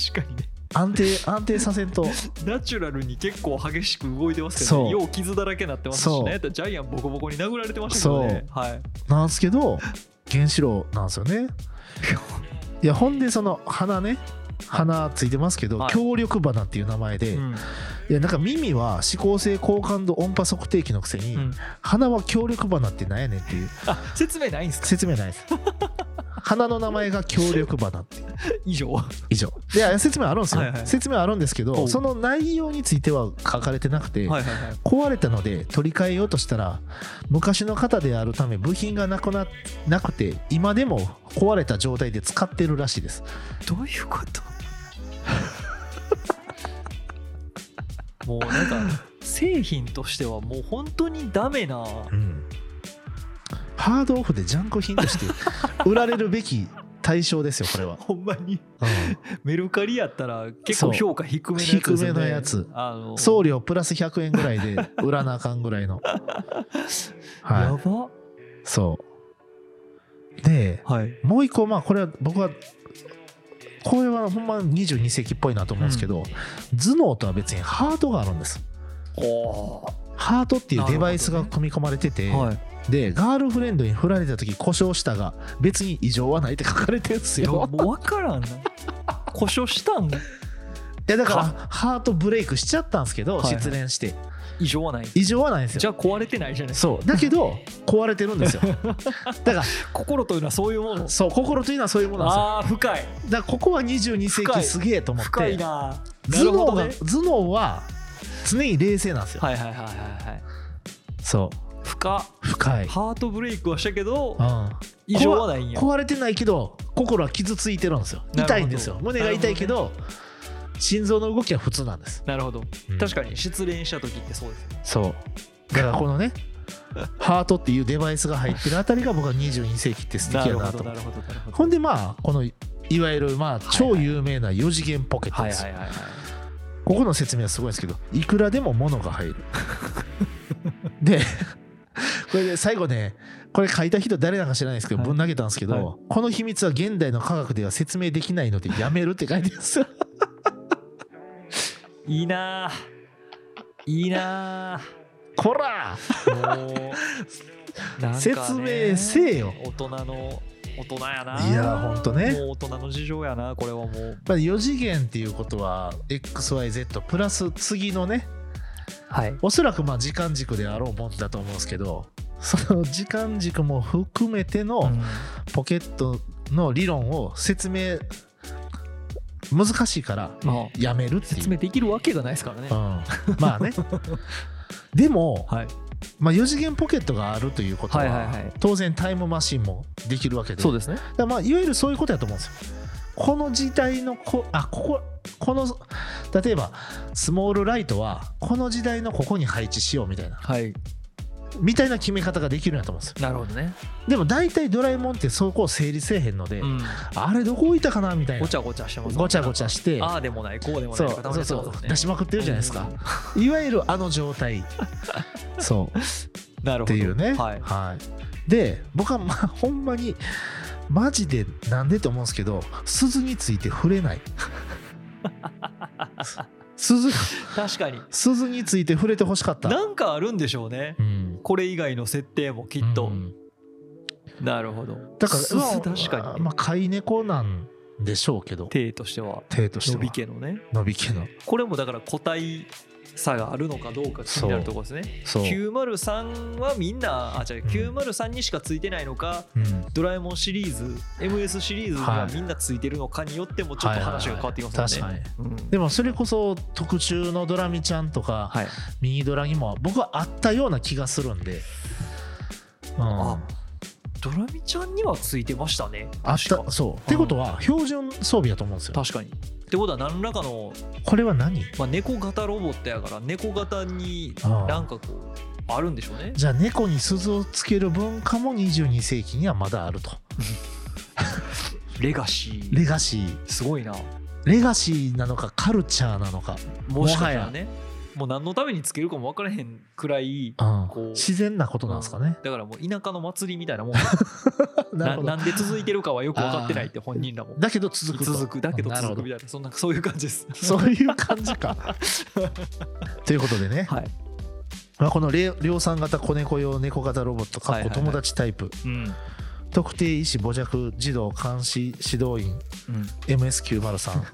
確かにね
安定安定させんと
ナチュラルに結構激しく動いてますけど、ね、
そう
よう傷だらけになってますし
そう
ねジャイアンボコボコに殴られてましたけどねはい
なんすけど原子炉なんですよねいやほんでその花ね花ついてますけど、
はい
強力花っていう名前で、
うん
いやなんか耳は指向性高感度音波測定器のくせに、
うん
鼻は強力花ってなんやねんっていう
あ説明ないんすか
説明ない です花の名前が強力花っていう
以上
以上いや説明あるんですよ、
はいはい
説明あるんですけ
お
ど
う
その内容については書かれてなくて、
はいはいはい。
壊れたので取り替えようとしたら昔の型であるため部品がなくななくて今でも壊れた状態で使ってるらしいです
どういうこともうなんか製品としてはもう本当にダメな
うんハードオフでジャンク品として売られるべき対象ですよこれは、
ほんまに
う
メルカリやったら結構
そう
評価低めのやつですよね
低めのやつ
あの
ん送料プラス100円ぐらいで売らなあかんぐら いの
やば
はいそうで
はい
もう一個まあこれは僕はこれはほんま22世紀っぽいなと思うんですけど、頭脳とは別にハートがあるんです
おー
ハートっていうデバイスが
なるほ
組み込まれてて、
はい
でガールフレンドに振られた時故障したが別に異常はないって書かれてるんです
いやも
よ
う分からんな故障したん
いやだからハートブレイクしちゃったんですけど
はいはい
失恋して
異常はない
異常はないんです
じ
よ
ゃあ壊れてないじゃないですか
そうだけど壊れてるん ですよだか
心というのはそういうもの
らそう心というのはそういうものなんですよ
ああー深い
だからここは22世
深
紀
い
すげえと思っ
深い
て
なな
頭
るほ
脳
ど
が
ね
頭脳は常に冷静なんですよ
はいはいはいはいはい
そう
深っ
深い
ハートブレイクはしたけど
うん
異常はないんや
壊れてないけど心は傷ついてるんですよ
なるほど
痛いんですよ胸が痛いけど心臓の動きは普通なんです
なるほど
うん
確かに失恋した時ってそうですよね
そうだからこ のねハートっていうデバイスが入ってるあたりが僕は22世紀って素
な
敵や
る
な
ほ
と
どな
思う
るほどなるほど
ほんでまあこのいわゆるまあ
はいは
超
い
有名な4次元ポケット
はい
です、
はいはいはい
ここの説明はすごいんですけどいくらでも物が入る でこれで最後ねこれ書いた人誰なんか知らないですけど
はい
ぶん投げたんですけど、
は
この秘密は現代の科学では説明できないのでやめるって書いてますよ
いいなあいいなあ
こら
もうなんかね
説明せえよ
大人の大人やない
いやーほんとね
もう大人の事情やなこれはもう
まあ4次元っていうことは XYZ プラス次のね
はい
おそらくまあ時間軸であろうもんだと思うんですけどその時間軸も含めてのポケットの理論を説明難しいから
まあ
やめるっていう
説明できるわけがないですからね
うん、まあね でも、
はい
まあ、4次元ポケットがあるということは,、
はいはいはい
当然タイムマシンもできるわけで
そうですね
だからまあいわゆるそういうことやと思うんですよこの時代のこあこここの例えばスモールライトはこの時代のここに配置しようみたいな
はい
みたいな決め方ができるんやと思うんですよ
なるほどね
でも大体ドラえもんってそこを整理せえへんので、
うん
あれどこ置いたかなみたいな
ごちゃごちゃしてます
ごちゃごちゃして
ああでもないこうでもな
そ
いうとかたま
そう
に
そ
そうそううね
出しまくってるじゃないですか、いわゆるあの 状態そう
なるほど
っていうね、
はい
で僕は、まあ、 ほんまにマジでなんでと思うんですけど鈴について触 れない鈴
確かに
鈴について触れてほしかった
なんかあるんでしょうね
うん
これ以外の設定もきっと
うん
なるほど
だから
すす
まあ
確かに
まあ飼い猫なんでしょうけど
体としては
手として
伸
は
び家のね
伸びきの
これもだから個体差があるのかどうか気になるところですね。
そう、
903はみんなあじゃあ903にしかついてないのか、
うん、
ドラえもんシリーズ MS シリーズには
はい
みんなついてるのかによってもちょっと話が変わってきますもん
はいはいはい
ね。
確
うん
でもそれこそ特注のドラミちゃんとか、
はい、
ミニドラにも僕はあったような気がするんで、うん、
あドラミちゃんにはついてましたね。
あっ
確か
たそうってことは標準装備だと思うんですよ
確かに。ってことは何らかの、
これは何
まあ、猫型ロボットやから猫型に
ああ
なんかこうあるんでしょうね。
じゃあ猫に鈴をつける文化も22世紀にはまだあると
レガシー
レガシー
すごいな。
レガシーなのかカルチャーなのか、
もしかしたらねもう何のためにつけるかも分からへんくらい。
う
こ
ん、
う
自然なことなんですかね、
だからもう田舎の祭りみたい なもん
なる
な
ほど
なんで 続いてるかはよく分かってない って本人らも
だけど続くと
続くだけど
なるほ
続
ど
くみたいなそんなそういう感じです
そういう感じかということでね、
はい
まあ、このれい量産型子猫用猫型ロボットか
は
っ
い
こ
はいはい
友達タイプ、
うん
特定医師母弱児童監視指導員
う
MS903
ん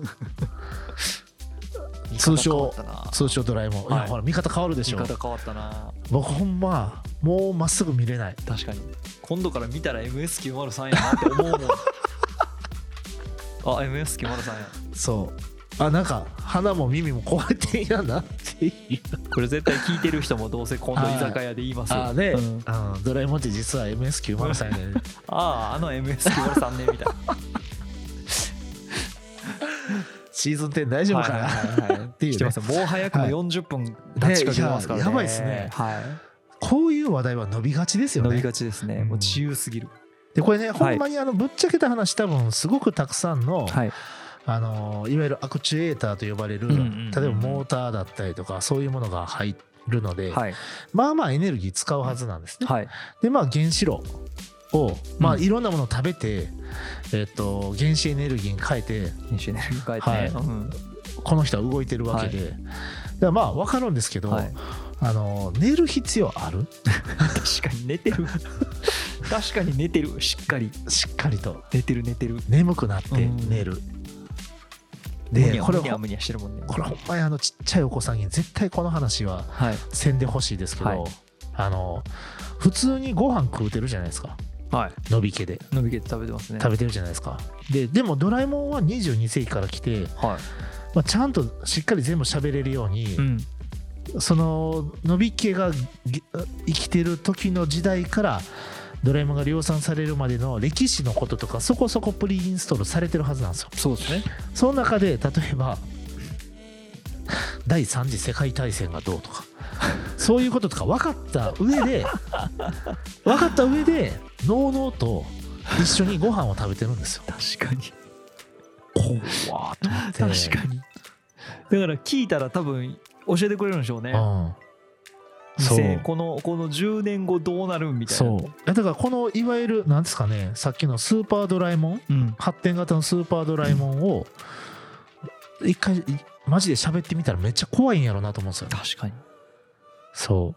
通称
見方変わったな
通称ドラえもん、い、
は
や
い
ほら見方変わるでしょ
見方変わったな
僕ほんまもうまっすぐ見れない
確かに今度から見たら MS903 やなって思う もんあ MS903 や
そうあなんか鼻も耳も壊れていやなっていう
これ絶対聞いてる人もどうせ今度居酒屋で言いますよ
あで、
うん
あドラえもんって実は MS903 や ね
あああの MS903 ねみたいな
シーズン10大丈夫かな、
って
いうね
してますよもう早くも
はい
40分立ちかけてますからね
ねいややばいっすね
は
こういう話題は伸びがちです
い
よ
伸び
ね
がちですね
うん
もう自由すぎる
でこれね
はい
ほんまにあのぶっちゃけた話多分すごくたくさんの、
はい
あのーいわゆるアクチュエーターと呼ばれる、
うんうんうんうん
例えばモーターだったりとかそういうものが入るので、
はい
まあまあエネルギー使うはずなんですね。
はい
でまあ原子炉を、まあ、
うん
いろんなものを食べて、えっと原子エネルギーに変えて
編集ね迎えて
はい
ねうん
この人は動いてるわけで、だからまあ分かるんですけど、
はい
あのー寝る必要ある
確かに寝て る確かに寝てるしっかり
しっかりと
寝てる寝てる
眠くなって寝る。
む
で
にゃ
これ
むにゃ
ほん
むにゃしてるもんね
これほんまにあのちっちゃいお子さんに絶対この話は
はい
せんでほしいですけど、
はい
あの普通にご飯食うてるじゃないですか
は
伸び家で
い伸びきって食べてますね
食べてるじゃないですかででもドラえもんは22世紀から来て、
は
まあ、ちゃんとしっかり全部喋れるように
い、うん
その伸び家がぎ生きてる時の時代からドラえもんが量産されるまでの歴史のこととかそこそこプリインストールされてるはずなんですよ
そうですね
その中で例えば第三次世界大戦がどうとかそういうこととか分かった上 で分かった上でのうのうと一緒にご飯を食べてるんですよ。
確かに
怖っと思って
確かにだから聞いたら多分教えてくれるんでしょうね
うん、そ
2000
う
このこの10年後どうなるみたいな
そういやだからこのいわゆるなんですかねさっきのスーパードラえもん
うん
発展型のスーパードラえもんを一回いマジで喋ってみたらめっちゃ怖いんやろなと思うんですよね。
確かに
そ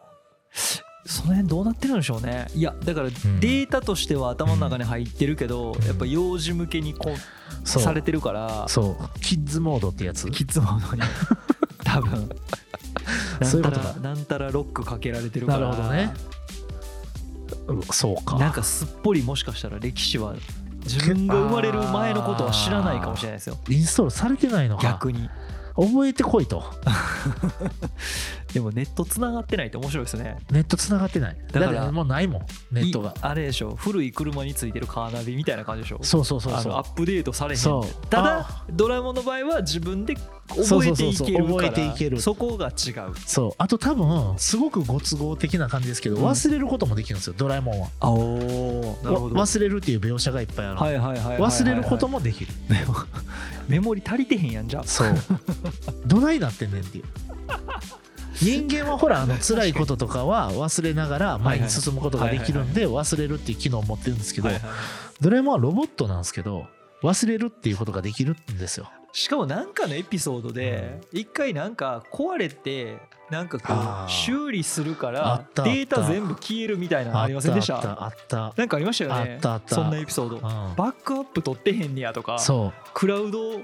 その辺どうなってるんでしょうねいやだからデ
ん
ータとしては頭の中に入ってるけど、
ん
やっぱ幼児向けにこう
うそう
されてるから
そうキッズモードってやつ
キッズモードに 多分
そういう
な
こ
ん
と
た
だ
らなんたらロックかけられてるか
な
ら
るほどねうんそうか
なんかすっぽりもしかしたら歴史は自分が生まれる前のことは知らないかもしれないですよ
インストールされてないのか
逆に
覚えてこいと
でもネットつながってないって面白いですね
ネット繋がってないだ
だから
ってもうないもんネットが
いあれでしょ古い車についてるカーナビみたいな感じでしょ
そうそうそう
あの
そ
アップデートされ
う
へん
そう
た
あ
だドラえもんの場合は自分で覚えてい
そうそう
け
そ
る
うそ
か
う
ら
覚えていける
そこが違う
そうあと多分すごくご都合的な感じですけど
うん
忘れることもできるんですよドラえもんは
あおなるほど
わ忘れるっていう描写がいっぱいある
はいはいはいはいはいはい
忘れることもできる
メモメモリ足りてへんやんじゃあ
そう どないなってんねんっていう人間はほらあの辛いこととかは忘れながら前に進むことができるんで忘れるっていう機能を持ってるんですけど
はいはいはい
ドラえもんはロボットなんですけど忘れるっていうことができるんですよ
しかもなんかのエピソードで一回なんか壊れてなんかこ
あー
う修理するか
あ
ら
ったあった
データ全部消えるみたいなのありませんでし
あった
た
あった
なんかありましたよね
あったあった
そんなエピソード
あった
バックアップ取ってへんねやと
う
か
んそ
クラウド
う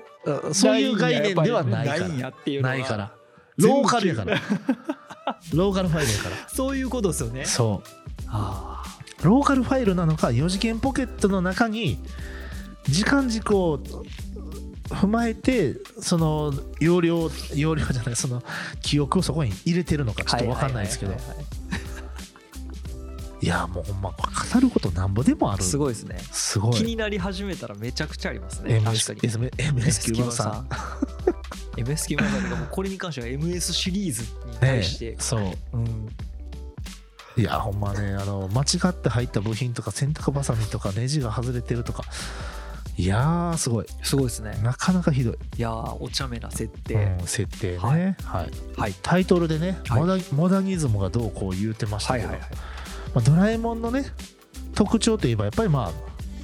そういう概念ではない
ラ
か
イン
ら
やっていうのが
ないからローカルやからローカルファイルや から
そういうことですよね
そ
あ
うローカルファイルなのか4次元ポケットの中に時間軸を踏まえてその容量容量じゃないその記憶をそこに入れてるのか
ー
ちょっと分かんないですけど
ははいはいはい
いやもうほんま語ることなんぼでもある
すごいですね
すご
気
い
になり始めたらめちゃくちゃありますね
MS
確かに
MS キューバさん
ん MS キューバさん がもうこれに関しては MS シリーズに対して、
ねえそ
うん
ういやほんまねあの間違って入った部品とか洗濯バサミとかネジが外れてるとかいやーすごい
すごいですね
なかなかひどい、
いやーお茶目な設定、
うん設定ね、はい
はい
タイトルでね、
はい
モダモダニズムがどうこう言うてました
はい
け
は
ど、
いはい
まあ、ドラえもんのね特徴といえばやっぱりまあ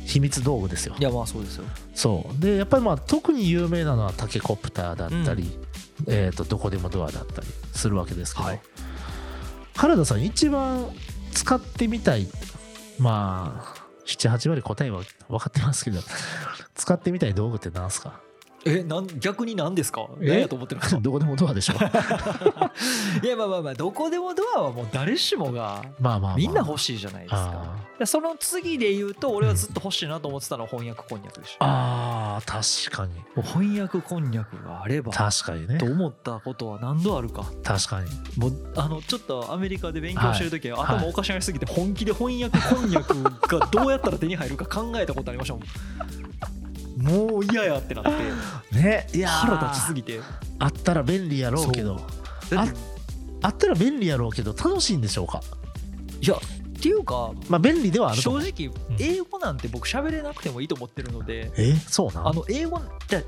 秘密道具ですよ
いやまあそうですよ
そうでやっぱりまあ特に有名なのはタケコプターだったり、えー、とどこでもドアだったりするわけですけど、
はい
原田さん一番使ってみたいまあ78割答えは分かってますけど 使ってみたい道具って何す か
えなん逆に何ですか
え
何やと思ってるんですか
どこでもドアでしょ まあ
いやまあまあまあどこでもドアはもう誰しもが
まあまあ
みんな欲
し
し
い
いじゃないですか
あ
でその次で言うと俺はずっと欲しいなと思ってたのは翻訳こんにゃくでし
ーあー確かに
ょ翻訳こんにゃくがあれば
確かにね
と思ったことは何度あるか
確かに
もうあのちょっとアメリカで勉強してる時は、
はい
頭おかしなりすぎて本気で翻訳こんにゃくがどうやったら手に入るか考えたことありましたもんもう嫌やってなって
ねいやー
腹立ちすぎて
あったら便利やろうけど
だって
あったら便利やろうけど楽しいんでしょうか
いやっていうか
まあ便利ではあると
正
思う
直英語なんて僕喋れなくてもいいと思ってるので
えそうなん
あの英語って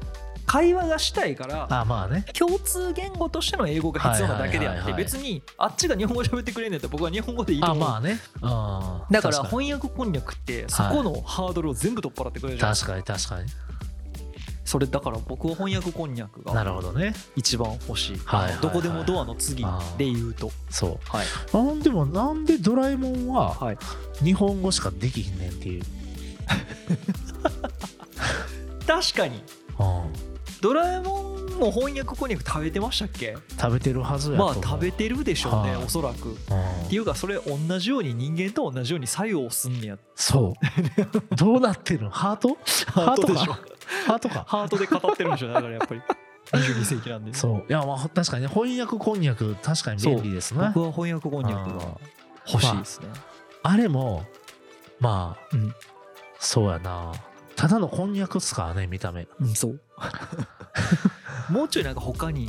会話がしたいから
あまあね
共通言語としての英語が必要なだけであ
はい
っ
はい
て
はいはい
別にあっちが日本語喋ってくれんねんったら僕は日本語でいいと
あ
思
ま
う
あねあー
だから
確かに
翻訳こんにゃくってそこのハードルを全部取っ払ってくれるじゃん
確かに確かに
それだから僕は翻訳こんにゃく
な
が
るほどね
一番欲しい
はいはいはい
どこでもドアの次で言うと
そ
はいう
なんでもなんでドラえもんは
はい
日本語しかできひんねんっていう、
確かに
うん、
ドラえもんも翻訳こんにゃく食べてましたっけ
食べてるはずやと
まあ
思う
食べてるでしょうね
はい
おそらく
うん
っていうかそれ同じように人間と同じように作用すんねや
そ うどうなってるのハート ハートか
でしょ
ハートか
ハートで語ってるんでしょだからやっ ぱり22世紀なんで
そういやまあ確かにね翻訳こんにゃく確かに便利ですね
僕は翻訳こんにゃくが欲しいですね、
あれもまあ、
うん
そうやなただのこんにゃくっすからね見た目、
うんそう もうちょいなんか他に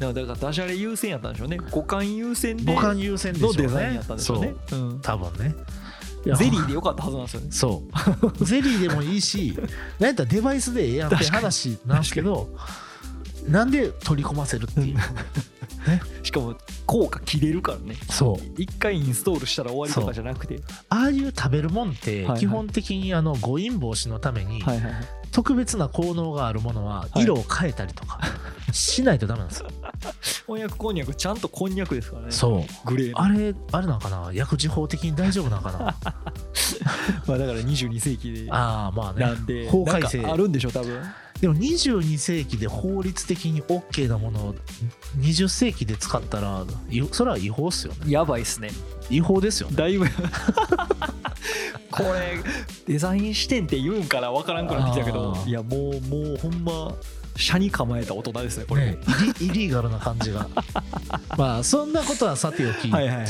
うん、
だからダジャレ優先やったんでしょうね五感優先で
五感優先でしょ
の
うね
デザインやったんでしょうねうん
そう多分ね
ゼリーでよかったはずなんですよね
そう ゼリーでもいいしなんやったらデバイスでええやんって
確かに
話なんですけどなんで取り込ませるっていう
しかも効果切れるからね
そう
一回インストールしたら終わりとかじゃなくて
ああいう食べるもんって
はいはい
基本的にあの誤飲防止のために
はいはいはい
特別な効能があるものは
はい
色を変えたり とかしないとダメなんですよ、
翻訳こんにゃくちゃんとこんにゃくですからね
そう
グレーの
あれあれなんかな薬事法的に大丈夫なんかな
まあだから22世紀で
ああまあ
な
ね
んで
法改正
なんかあるんでしょ多分
でも22世紀で法律的に OK なものを20世紀で使ったらいそれは違法っすよね
やばいっすね
違法ですよね
だいぶこれデザイン視点って言うんから分からんくなってきたけど
あー
いやもうもうほんま車に構えた大人ですねこれ、
ねイリイリーガルな感じ がまあそんなことはさておき、
はいはいはいはい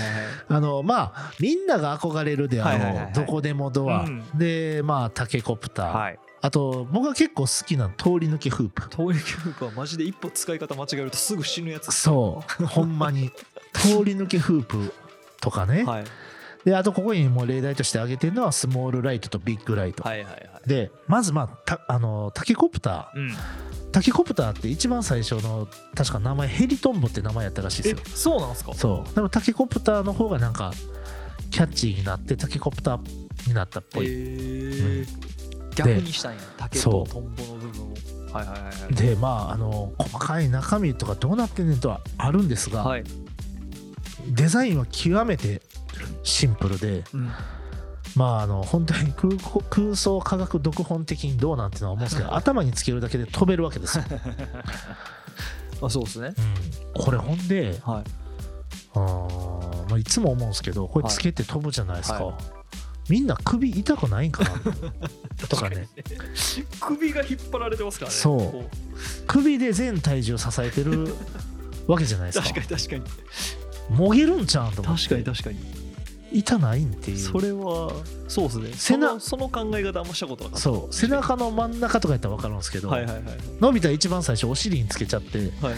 あのまあみんなが憧れるであろう、
はいはいはいはい
どこでもドア、
うん
でまあタケコプター、
はい
あと僕が結構好きな通り抜けフープ
投影教育はマジで一歩使い方間違えるとすぐ死ぬやつ
そうほんまに通り抜けフープとかね、
はい
であとここにもう例題として挙げてるのはスモールライトとビッグライト、
はいはいはい
でまずまあたあのタケコプタ
うん、
ータケコプターって一番最初の確か名前ヘリトンボって名前やったらしいです
え
よ
そうなんですか
そうでもタケコプターの方がなんかキャッチーになってタケコプターになったっぽ
へ
い、
え逆にしたんや竹と
そう
トンボの部分をはいはいはいはい
でまああの細かい中身とかどうなってんねんとはあるんですが、
はい、
デザインは極めてシンプルで
うん、
まああの本当に空港空想科 学読本的にどうなんてのは思うんですけど頭につけるだけで飛べるわけですよ
あそうですね
うん、これほんで
はい
あー、まあ、いつも思うんですけどこれつけて飛ぶじゃないですか、
は
みんな首痛くないんかな とかね
首が引っ張られてますからね
そう
こ
首で全体重を支えてるわけじゃないですか
確かに確かに
もげるんちゃうんと思って
確かに確かに
痛ないんっていう
それはそうですね
背
そ
中
のその考え方あんましたことなかっ
そう背中の真ん中とかやったら分かるんですけ
た
ど、
はいはいはい
のび太一番最初お尻につけちゃって
はい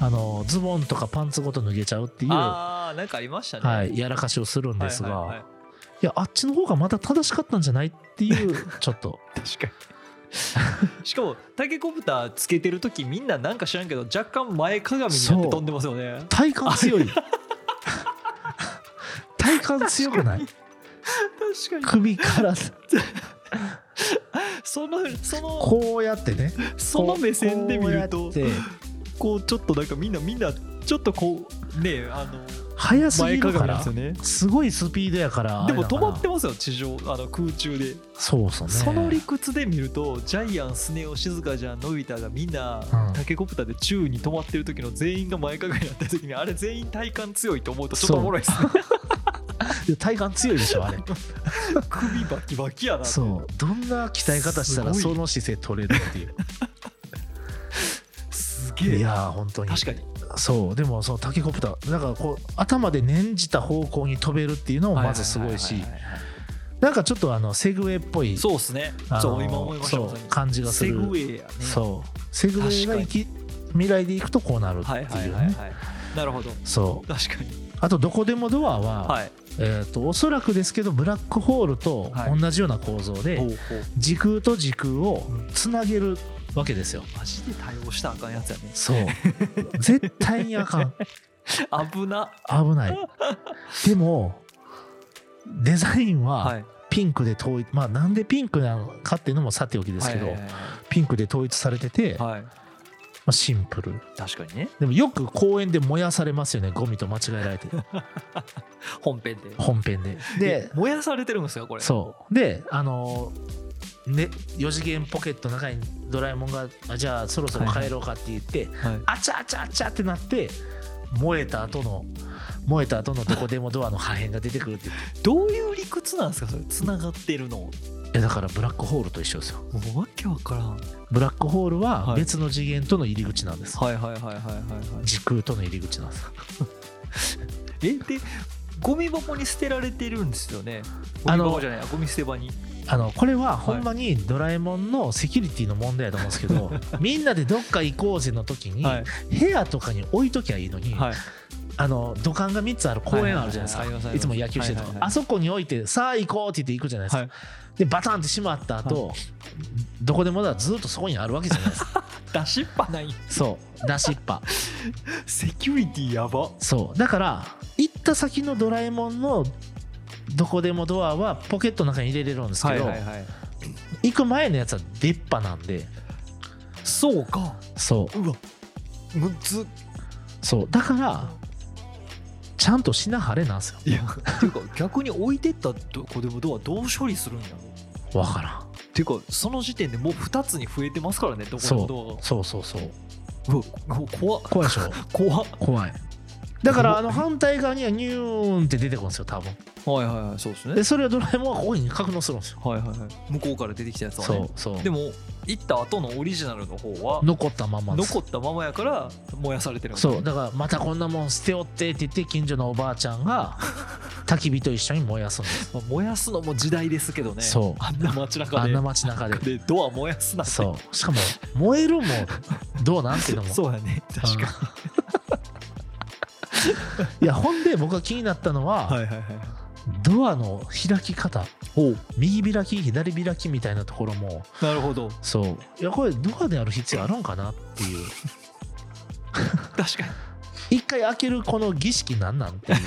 あのズボンとかパンツごと脱げちゃうっていう、
あ
は
あなんかありましたね
い、やらかしをするんですが、
はいはい
い
は
やあっちの方がまだ正しかったんじゃないっていうちょっと
い確かにしかもタケコプターつけてる時みんななんか知らんけど若干前かがみになって飛んでますよね
体幹強い 体幹強くない
確かに
首から
そのその
こうやってね
その目線で見る
ことうやって
こうちょっとなんかみんなみんなちょっとこうねあの
速すぎ
前か
る
が
か
みなんで
ら
すよね
すごいスピードやから
でも止まって
も
ますよ地上あの空中で
そうそうね
その理屈で見るとジャイアンスネ夫静香ちゃんのび太がみんな、
うん
タケコプターで宙に止まってる時の全員が前かがみになった時にあれ全員体幹強いと思うとちょっとおもろいです ね
いや体幹強いでしょ あれ
首バキバキやなって
そうどんな鍛え方したら
すご
そ
い
の姿勢取れるっていう
すげ
い
え
やー本当に
確かに
そうでもそのタケコプターなんかこう頭で念じた方向に飛べるっていうのもまずすごい
は
し
ははいはい
なんかちょっとあのセグウェイっぽい
そうですね
あのー
そう今思いました
そう
まさに
感じがする
セグウェイやね
そうセグウェイが行き未来で行くとこうなるって
はいいうはいはい
ね
はいなるほど
そう
確かに
あと「どこでもドアは」
はい
えー、とおそらくですけどブラックホールと
はい
同じような構造で、
ほうほう
時空と時空をつなげるわけですよ。
マジで対応したらあかんやつやね
そう 絶対にあかん
危な
危ないでもデザインは
はい
ピンクで統一、まあなんでピンクなのかっていうのもさておきですけど、
はいはい
ピンクで統一されてて、ま
はいはい
あ、シンプル
確かにね
でもよく公園で燃やされますよねゴミと間違えら れて
本編で
本編でで
え燃やされてるんですかこれ
そうであのーね、4次元ポケットの中にドラえもんがあじゃあそろそろ帰ろうかって言って、
はい
あちゃあちゃあちゃってなって燃えた後の燃えた後のどこでもドアの破片が出てくるって言っ
どういう理屈なんですかそれ繋がってるの
ていやだからブラックホールと一緒ですよ
もうわけわからんはい
ブラックホールは
はい
別の次元との入り口なんです、
はいはいはいはいはい
時空との入り口なんです
えでゴミ箱に捨てられてるんですよねゴ
あ
ミ
の
箱じゃないあゴミ捨て場に
あのこれはほんまにドラえもんのセキュリティの問題だと思うんですけ ど、みんなでどっか行こうぜの時に、
はい
部屋とかに置いときゃいいのに、
はい
あの土管が3つある公園あるじゃないです
はいはいはい
か
はい
いつも野球してると
はいは
こ
いはい
あそこに置いてさあ行こうって言って行くじゃないですか、
はい
でバタンって閉まった後、どこでもだずっとそこにあるわけじゃない ですか
出しっぱない
そう出しっぱ
セキュリティやば
そうだから行った先のドラえもんのどこでもドアはポケットの中に入れれるんですけど、
はい
行く前のやつは出っ歯なんで
そうか
そう
うわむず
そうだからちゃんと品晴れなんですよ
いやっていうか 逆に置いてったどこでもドアどう処理するんやろ
わからん
っていうかその時点でもう2つに増えてますからねどこでもド
そうそうそう
アがうわ怖っ
怖いでしょ
怖っ
怖いだからあの反対側にはニューンって出てくるんですよ多分
はいはいはいそうですね
でそれをドラえもんはここに格納するんですよ
はいはいはい向こうから出てきたやつは
そ
ね
うそう
でも行った後のオリジナルの方は
残ったままです
残ったままやから燃やされてるんだ
そうだからまたこんなもん捨ておってって言って近所のおばあちゃん が焚き火と一緒に燃やすんです
まあ燃やすのも時代ですけどね
そう
あんな街中で
あんな街中で
でドア燃やすなんて
そうしかも燃えるもどうなんていうの も
そうやね確か
いやほんで僕が気になったのは、
にはいはいはい
ドアの開き方
おう
右開き左開きみたいなところも
なるほど
そういやこれドアである必要あるんかなっていう
確かに
一回開けるこの儀式なんな んっていう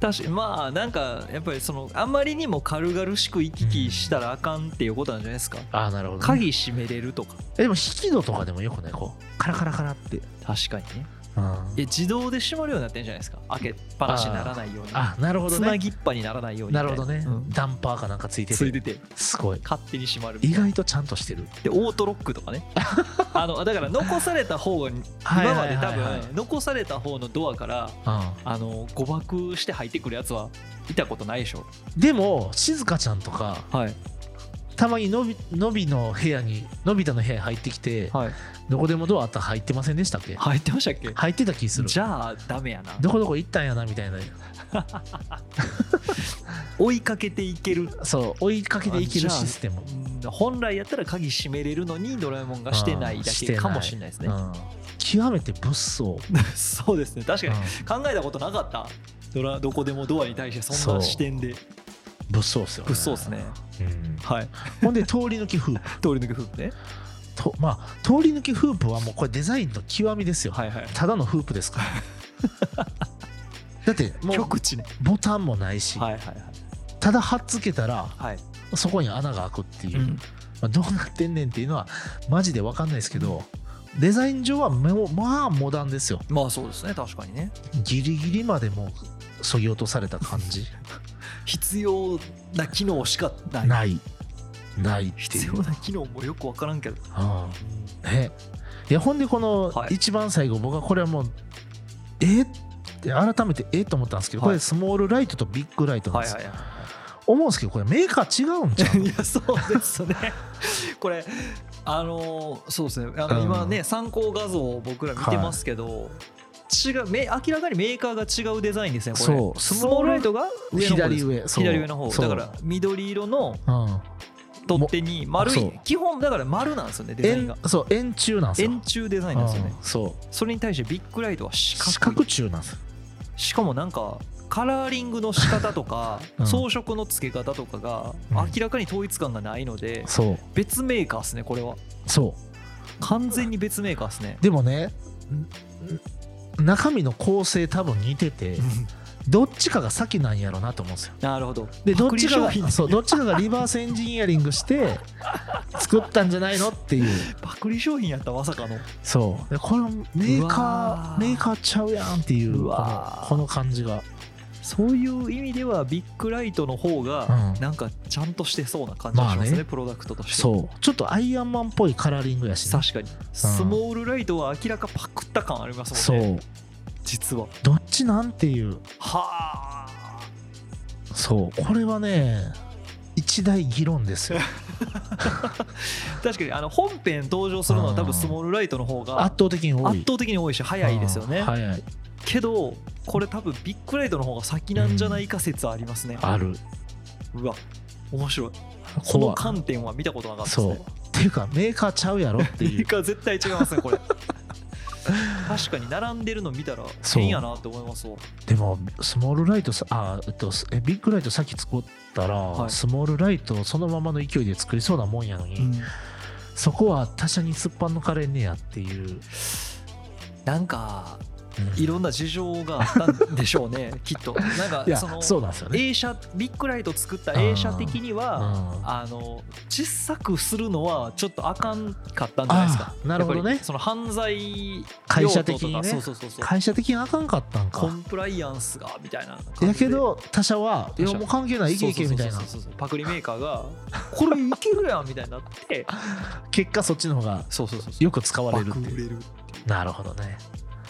確かにまあなんかやっぱりそのあまりにも軽々しく行き来したらあかんっていうことなんじゃないですか
ああなるほど、ね、
鍵閉めれるとか
えでも引き戸とかでもよくねこうカラカラカラって
確かにね
うん
え自動で閉まるようになってんじゃないですか開けっぱなしにならないように
あなるほど
つな
ね
ぎっぱにならないようにみた
な
い
るほどね、
うん
ダンパーかなんかついて
つい
て
てて
すごい
勝手に閉まるみたい
意
な
外とちゃんとしてる
でオートロックとか ねあのだから残された方に今まで多
はいはいはいはい
分残された方のドアからあの誤爆して入ってくるやつはいたことないでしょ
うんでも静香ちゃんとか
はい
たまにのびのびの部屋にのび太の部屋に入ってきて
はい
どこでもドアあったら入ってませんでしたっけ
入ってましたっけ
入ってた気する
じゃあダメやな
どこどこ行ったんやなみたいな
追いかけていける
そう追いかけていける
あじゃあ
システム
うん本来やったら鍵閉めれるのにドラえもんがしてないだけかもしれないですね、
うん極めて物騒
そうですね確
うん
かに考えたことなかったドラどこでもドアに対してそんな視点で
物騒っすよね
物騒っすね
うん
はい
ほんで通り抜きフープ
通り抜けフープね
とまあ通り抜きフープはもうこれデザインの極みですよ
はいはい
ただのフープですから だってもう
極地ね
ボタンもないし、
はいはいはい
ただ貼っつけたら
はい、
そこに穴が開くっていう、
うん
まあ、どうなってんねんっていうのはマジで分かんないですけどデザイン上はもうまあモダンですよ
まあそうですね確かにね
ギリギリまでもうそぎ落とされた感じ
必要な機能しかない
ないないって
必
い
要
う、
な機能もよく分からんけど
うんね、いやほんでこの
はい
一番最後僕はこれはもうえって改めてえっと思ったんですけどこ
は
れ
い
スモールライトとビッグライトな
は
んで
い
すよ
はいは
思うんですけどこれメーカー違うんじゃ
いいやそうですねこれあのーそうですねあの
うん
今ね参考画像を僕ら見てますけど、違うめ明らかにメーカーが違うデザインですねこれ
そう
スモールライトが
ん
上の方で
左
す
上そう
左上の方
そ
だ
う
から緑色の
うん
取っ手に丸
もあ
い
そう
基本だから丸なんですよねデザイン
円
が
そう円柱なんですよ
円柱デザインなんですよね
うんそう
それに対してビッグライトは四角い
四角柱なんですよ
しかもなんかカラーリングの仕方とか
うん
装飾の付け方とかが
うん
明らかに統一感がないので
そう
別メーカーですねこれは
そ
完全に別メーカーですね
うでもねんん中身の構成多分似ててどっちかが先なんやろなと思うんですよ
なるほど
でどっち
パ
か
クリ商品
がそうどっちかがリバースエンジニアリン グして作ったんじゃないのっていう
パクリ商品やったまさかの
そうでこれメー
う
カ
わ
ー
ー
メーカーちゃうやんっていう
う
こ
わ
の
ー
この感じが
そういう意味ではビッグライトの方が
うん
なんかちゃんとしてそうな感じがします
まあ
ね
ね
プロダクトとして
そうちょっとアイアンマンっぽいカラーリングやしね
確かにスモールライトは明らかパクった感あります
そ
もんね
う
実は
どっちなんていう
はあ
そうこれはね一大議論で すよ
確かにあの本編登場するのは多分スモールライトの方が
圧倒的に多
圧
い
倒的に多いし早いですよね、
うん早い
けどこれ多分ビッグライトの方が先なんじゃないか説ありますね、
ある
うわ面白いこ
怖
の
っ
観点は見たことなかったです
そう
ね
っていうかメーカーちゃうやろって
てい
いう
うか絶対違いますね これ確かに並んでるの見たら
そう
変やなって思いますわ
でもスモールライトさあえっとえビッグライトさっき作ったら、
はい
スモールライトをそのままの勢いで作りそうなもんやのに、
うん
そこは他社にすっぱ抜かれんねやっていう、
なんか
うん
いろんな事情があったんでしょうねきっとなん
い
か
や
そ
そ
の
うなんですよね
A 社ビッグライト作った A 社的に
うん
は
あ
あの小さくするのはちょっとあかんかったんじゃないですか。
なるほど
やっぱ
ね
りその犯罪
会社的にね
用途とかそうそうそうそう
会社的にあかんかったん
コ
か
ンプライアンスがみたいな感じで。
やけど他社は「
他
いや
社
もう関係ないいけいけ」みたいな
そうそうそうそうパクリメーカーがこれいけるやんみたいになって
結果そっちの方が
そうそうそうそう
よく使われるっ
パ
て
ク
いう
れる
なるほどね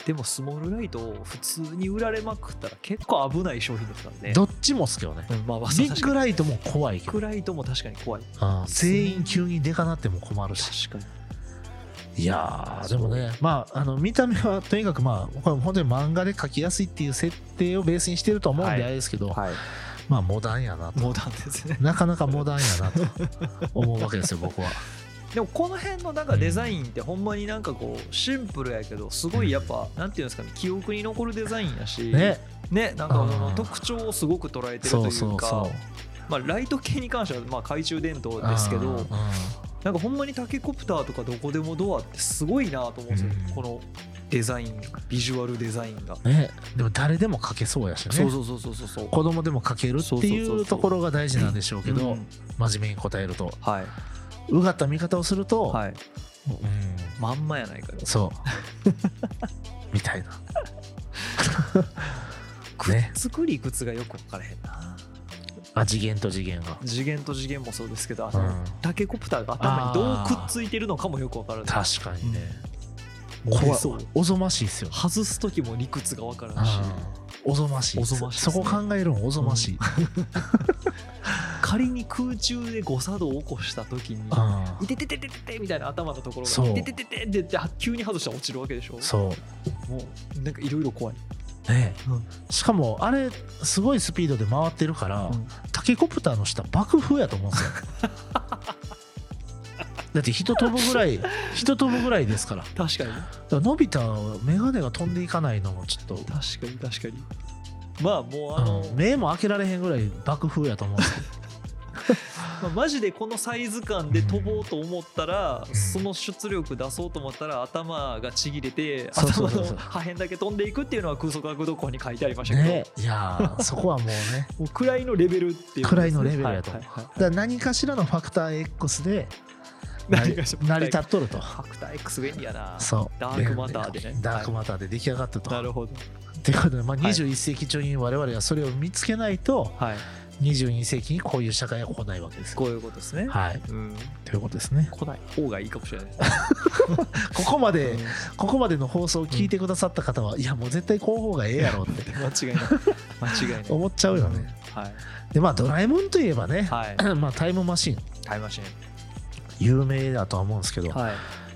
でもスモールライトを普通に売られまくったら結構危ない商品ですからね。
どっちもっすけどね
うんまあまあ
ビッグ
イ
ライトも怖い
ビ
け
ッ
ど
グライトも確かに怖い。
うん全員急にでかなっても困るし
確かに。
いやーでもねまああの見た目はとにかくまあこれ本当に漫画で描きやすいっていう設定をベースにしてると思うん
はい
であれですけど、
はい。
まあモダンや なと
モダンですね。
なかなかモダンやなと思うわけですよ僕は
でもこの辺のなんかデザインってほんまになんかこうシンプルやけどすごいやっぱなんていうんですかね記憶に残るデザインやし
ね
ねなんかこ
う
の
ん
特徴をすごく捉えてる
そ
と
う
い
そううそ
か
う
まあライト系に関してはまあ懐中電灯ですけ
うんう
ど
ん
なんかほんまにタケコプターとかどこでもドアってすごいなと思うんですよ
うん
このデザインビジュアルデザインが。
ねでも誰でも描けそうやしね
そうそうそうそうそうそう。
子供でも描けるってい
そうそうそうそうう
ところが大事なんでしょうけど、
うん
真面目に答えると
はいう
がった見方をすると、
はい
うん
まんまやないかよ
そうみたい なね
作り靴がよく分からへんな
あ次元と次元が
次元と次元もそうですけどあ
う
の、
ん
タケコプターが頭にどうくっついてるのかもよく分からない
確かにね
うん
これ
折れそう
おぞましいですよ
外す時も理屈が分からんし
おぞましい
おぞましいです
そ
ね
そこ考えるのおぞましい、
仮に空中で誤作動を起こした時に
うん
いててててててみたいな頭のところ
そ
が
う
いてててててって急に外したら落ちるわけでしょ
そ
もうなんかいろいろ怖いう
ね、
うん
しかもあれすごいスピードで回ってるから、タケコプターの下爆風やと思うんです よだって人飛ぶぐらい人飛ぶぐらいですからだ
確かに
からのび太は眼鏡が飛んでいかないのもちょっと、
確かに確かにまあもうあの、
うん目も開けられへんぐらい爆風やと思うんですよ
まあマジでこのサイズ感で飛ぼうと思ったら、
ん
その出力出そうと思ったら頭がちぎれて
そうそう
頭
そう
の
そう
破片だけ飛んでいくっていうのは空速学動校に書いてありましたけど、
ねいやーそこはもうね
もう位のレベルっていうことです
位
ね、
のレベルやと
はいはいは
だから何かしらのファクター X で
い何がし
成り立っとると
ファクター X 便利やな
そう
ダークマターでね
ダークマターで出来上がったと、
なるほど
っていうことで、ま
は
あ、
い
21世紀中に我々はそれを見つけないと
はい
22世紀にこういう社会が来ないわけですよ
こういうことですね、
はい
うん
ということですね
来ない方がいいかもしれないです
ここまで
ね
ここまでの放送を聞いてくださった方は、いやもう絶対こういう方がええやろって
間違いない間違いない
思っちゃうよね
はい
でまあドラえもんといえばね、
はい
まあタイムマシン
タイムマシン
有名だとは思うんですけど、
はい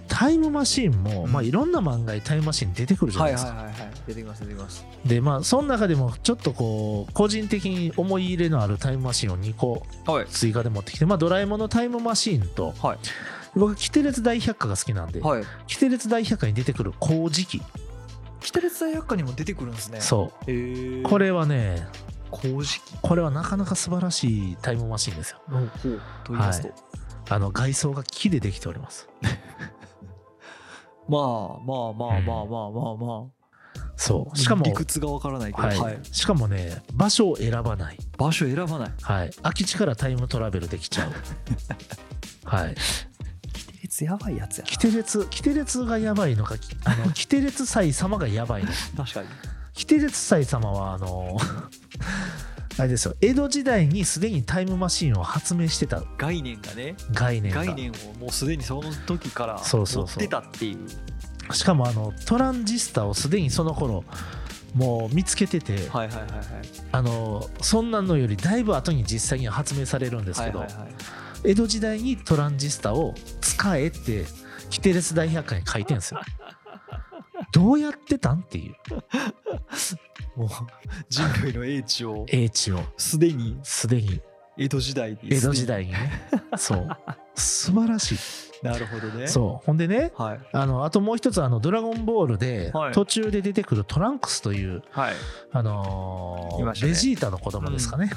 タイムマシンも、
うん
まあ、いろんな漫画にタイムマシン出てくるじゃな
はいいはい
です
は
か、
いはい出てきます出てきます
でまあその中でもちょっとこう個人的に思い入れのあるタイムマシンを2個
はい
追加で持ってきて、まあ、ドラえもんのタイムマシーンと
は
僕キテレツ大百科が好きなんで、
いはい
キテレツ大百科に出てくる工事機、
北列大百科にも出てくるんですねう
そ
え
う
ー、
これはね
工事機
これはなかなか素晴らしいタイムマシーンですよ
の方と言いますと、
はあの外装が木でできております
まあまあまあまあまあまあま
そう
あ
しかも
理屈がわからないけど、
はい
はい、
しかもね場所を選ばない、
場所選ばない
はい、空き地からタイムトラベルできち ゃうはい
北列やばいやつや
キテレツキテレツがやばいのかきあ のキテレツ祭様がやばいのか
な確かに
キテレツ祭様はあの あれですよ江戸時代にすでにタイムマシンを発明してた
概念がね
概念が
概念をもうすでにその時から
そうそ
持
う
っ
そう
てたっていう
しかもあのトランジスタをすでにその頃もう見つけてて、
はいはいはいはい
あのそんなのよりだいぶ後に実際には発明されるんです
は
け
い
ど、
はいはい
江戸時代にトランジスタを使えってキテレツ大百科に書いてる んですよどうやってたんっていう
もう人類の英知を
英知を
すでに
すでに
江戸時代に
江戸時代 にねそう素晴らしい
なるほどね
そうほんでね
はい
あのあともう一つあの「ドラゴンボール」で
はい
途中で出てくるトランクスという、
はい
あのー
いましたね
ベジータの子供ですかね、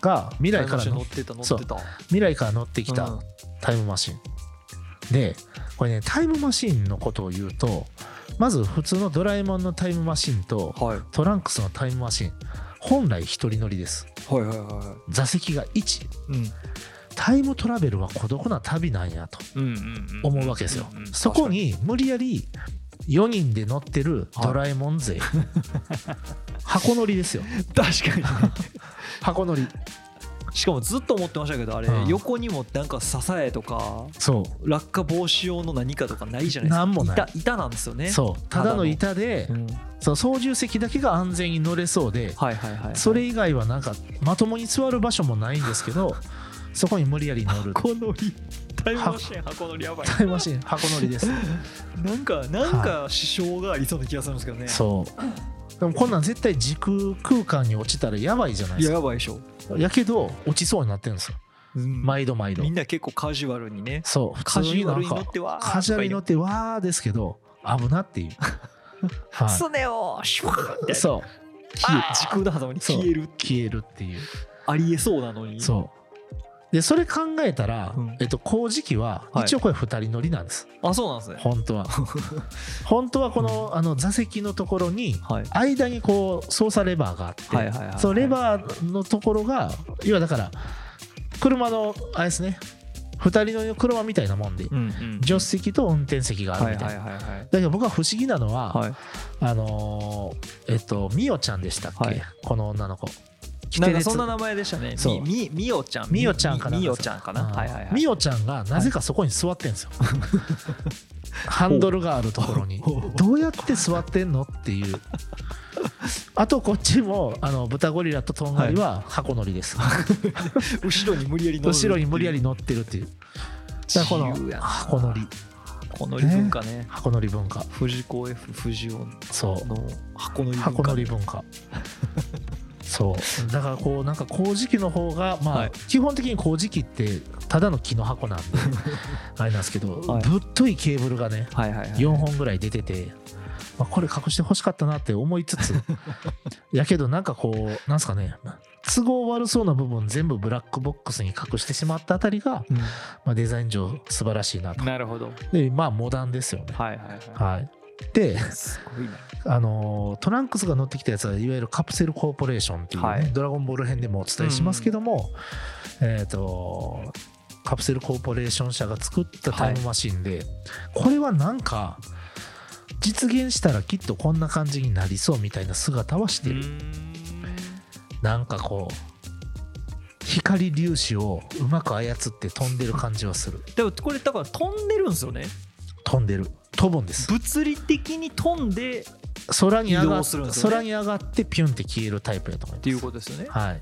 が未来から
乗
の
ってた乗
そう
ってた
未来から乗ってき
うん
たタイムマシン、でこれねタイムマシンのことを言うとまず普通のドラえもんのタイムマシンと
はい
トランクスのタイムマシン本来一人乗りです
はいはいは
座席が1
いうん
タイムトラベルは孤独な旅なんやと
うんうん
思うわけですよ、
うんうん
そこに無理やり4人で乗ってるドラえもん 勢、箱乗りですよ
確かに
箱乗り
しかもずっと思ってましたけどあれ
うん
横にもなんか支えとか
そ
落下防止用の何かとかないじゃないですか
なんもない
板板なんですよ
う
ね
そうただの板で
うん
その操縦席だけが安全に乗れそうで
はいはいはい
それ以外はなんかまともに座る場所もないんですけ どそこに無理やり乗る
箱乗りタイムマシン箱乗りやばい
タイムマシン箱乗りです
なんかなんか支障がありそうな気がするんですけどね
そうでもこんなん絶対時空空間に落ちたらやばいじゃない
い
で
や
す
やばいでしょ
かやけど落ちそうになってるんですよ
うん
毎度毎度
みんな結構カジュアルにね
そう普通
カジ
に
ュ
な
アル
ん
に乗っ
か
てわー
カジュアルに乗ってわーですけど危な っていうは
すねをシュワーって
いそう
消え時空の狭間に
そう
消える
消えるっていう
ありえそうなのに
そうでそれ考えたら、
うん
えっと、工事機は
はい
一応これ2人乗りなんです、
あそうなんですね
本当 は本当はこの,、あの座席のところに
はい
間にこう操作レバーがあって、
はいはいはい
そのレバーのところが要はだから車のあれですね2人乗りの車みたいなもんで、
うんうん
助手席と運転席がある
は
みた
い
いな、
はいはいはい
だけど僕は不思議なのは、
はい
あのーえっとみおちゃんでしたっけ、
はい
この女の子キ
な
テ
ん
レ
か
ツ
そんな名前でしたね
そう
みみみおちゃん
みおちゃんかな
みみおちゃんかな
うん
はいはいはい
みおちゃんがなぜかそこに座ってんですよ、 ハンドルがあるところに
ほう
どうやって座ってんのっていうあとこっちもあの豚ゴリラとトンガリは箱乗りです、
後ろに無理やり乗る
後ろに無理やり乗ってるっていうだからこ
自由や
の
な
箱乗り
箱乗り文化ね
箱乗り文化
藤子 F 不二雄
そう
の箱乗り文化
箱乗り文 化そうだからこうなんか麹機の方がまあ、
はい
基本的に麹機ってただの木の 箱なんであれなんですけど、
はい
ぶっといケーブルがね
はいはいはい
4本ぐらい出てて、まあ、これ隠してほしかったなって思いつ つやけどなんかこうなんすかね都合悪そうな部分全部ブラックボックスに隠してしまったあたりが、
う
まあ、デザイン上素晴らしいなと
んなるほど
でまあモダンですよね
はいはいは
はいで
いすごいな
あのートランクスが乗ってきたやつはいわゆるカプセルコーポレーションっていうね、
はい
ドラゴンボール編でもお伝えしますけども、えっ、とカプセルコーポレーション社が作ったタイムマシンで、これはなんか実現したらきっとこんな感じになりそうみたいな姿はしてる、なんかこう光粒子をうまく操って飛んでる感じはする
でもこれだから飛んでるんですよね
飛んでる飛ぶんです
物理的に飛んでっ
空に上
移
が
動
っ
するんですよね
空に上がってピュンって消えるタイプやと思います
ていうことですよね
はい、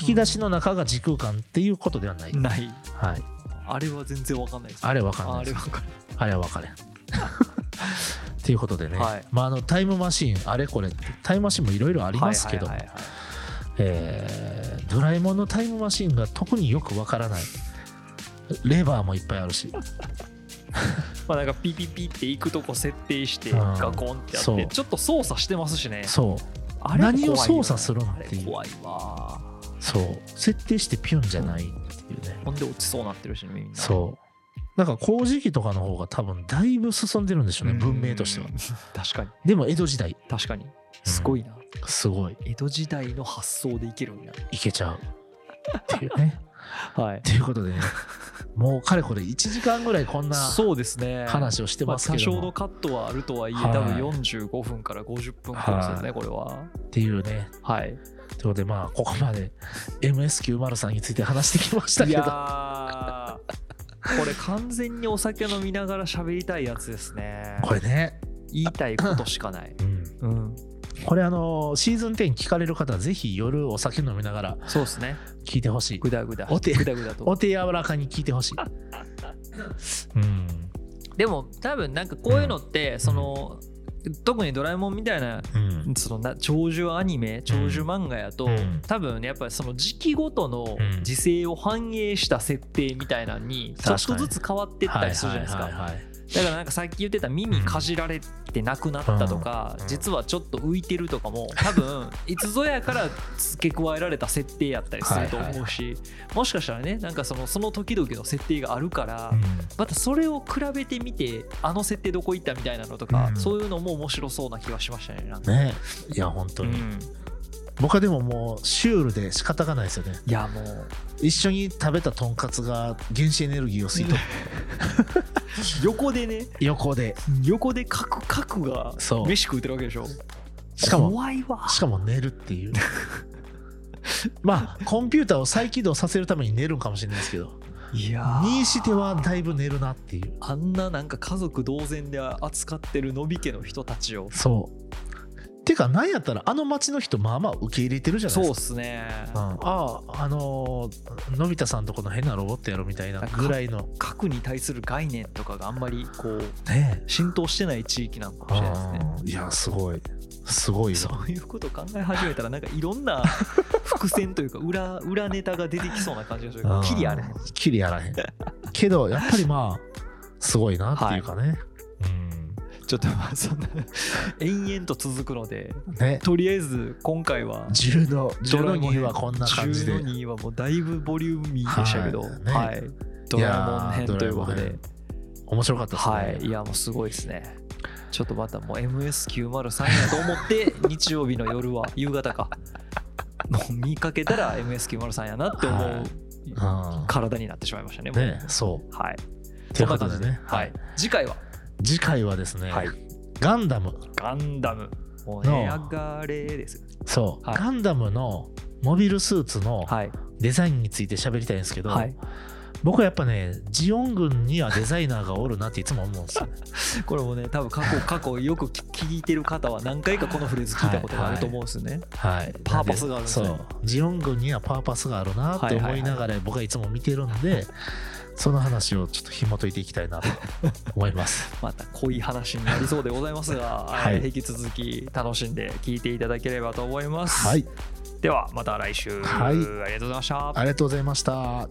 引き出しの中が時空間っていうことではない、
ない
はい、
あれは全然わかんないです
あれは分かんな
あ
い
れ
です
わかんない
あれは分かれん っていうことでね、
はい
まあ、あのタイムマシーンあれこれってタイムマシーンもいろいろありますけど、
はいはいはいはい
えードラえもんのタイムマシーンが特によく分からないレバーもいっぱいあ るし
まあなんかピピピって行くとこ設定して
うん
ガコンってやっ
そう
てちょっと操作してますしね
そう
あれ怖いよ
何を操作するんっていう
あれ怖いわ
そう設定してピュンじゃないっていうね
ほんで落ちそうなってるしねみんな
そうだから工事機とかの方が多分だいぶ進んでるんでしょうね文明としては
うん確かに
でも江戸時代
確かにすごいな
すごい
江戸時代の発想でいけるんや
いけちゃうっていうね
はい
ということでね、もうかれこれ1時間ぐらいこんな
そうですね
話をして
ま
ま
あ、
す
多
けど
少
も、
のカットはあるとはいえ、
はい
多分45分から50分コースですね、
はい
これは。
っていうね、
はい。
ということでまあここまで MS903 について話してきました
い
け
や
ど、
ー、これ完全にお酒飲みながら喋りたいやつですね。
これね、
言いたいことしかない。
うん
うん、
これあのシーズン10聞かれる方はぜひ夜お酒飲みながら
そうですね。
聞いてほしい
ぐ。だぐだ。
お手
ぐだぐだ
お
と。
手柔らかに聞いてほ しい。うん、
でも、多分なんかこういうのって、その、特にドラえもんみたいな
うん、
そのな長寿アニメ長寿漫画やと、
うん
多分ねやっぱりその時期ごとの
うん
時勢を反映した設定みたいなのに
確
ち
か
ょ
に
っとずつ変わってったりするじゃないです
はい
か
はいはい
だからなんかさっき言ってた耳かじられてなくなったとか、
うん
実はちょっと浮いてるとかも多分いつぞやから付け加えられた設定やったりすると思うし、もしかしたらねなんかそのその時々の設定があるから。
はい
またそれを比べてみてあの設定どこ行ったみたいなのとか、
うん
そういうのも面白そうな気がしましたねなん
う
か
ん、ねいや本当に、
うん
僕はでももうシュールで仕方がないですよね
いやもう
一緒に食べたとんかつが原子エネルギーを吸い取る
横でね
横で
横でカクカクが
そう
飯食うてるわけでしょ
しかも
怖いわ
しかも寝るっていうまあコンピューターを再起動させるために寝るんかもしれないですけど
いや
にしてはだいぶ寝るなっていう
あんななんか家族同然で扱ってるのび家の人たちを
そうてか何やったらあの町の人まあまあ受け入れてるじゃない
そ
で
う
す
っす
か
ね
うんあああのーのび太さんとこの変なロボットやろみたいなぐらいの
核に対する概念とかがあんまりこう
ね
浸透してない地域なのかもしれないですね
ああいやすごいすごいわ
そういうこと考え始めたらなんかいろんな 伏線というか裏裏ネタが出てきそうな感じがする
うん
キリあれへん
キリあらへんけどやっぱりまあすごいなっていうかね、
ちょっとまあそんな延々と続くので
うんね
とりあえず今回は
10の10の2はこんな感じで
10の2はもうだいぶボリューミーでしたけど、は
はいいね
ドラえもん編ということ
いや
で
ー、面白かったですね、
はい、いや、もうすごいですね。ちょっとまたもう MS903 やと思って、日曜 日の夜は、夕方か、もう見かけたら MS903 やなって思う
あ
体になってしまいましたね。
ー
もう
ねそう
はい。
ということでね
そんな感じではい。次回は、
次回はですね、
はい
ガンダム
ガンダム。もう
の
値上がれですよね。
そう、
はい
ガンダムのモビルスーツの
はい。
デザインについて喋りたいんですけど、
はい。
僕はやっぱねジオン軍にはデザイナーがおるなっていつも思うんですよね
これもね、多分過去、過去よく聞いてる方は何回かこのフレーズ聞いたことがあると思うんですよね。
はい
パーパスがあるんですね
そうジオン軍にはパーパスがあるなって思いながら僕はいつも見てるんで、その話をちょっと紐解いていきたいなと思います
また濃い話になりそうでございますが、
はい
はい引き続き楽しんで聞いていただければと思います。
はい
ではまた来週、
は
あ
い
りがとうございました。
ありがとうございました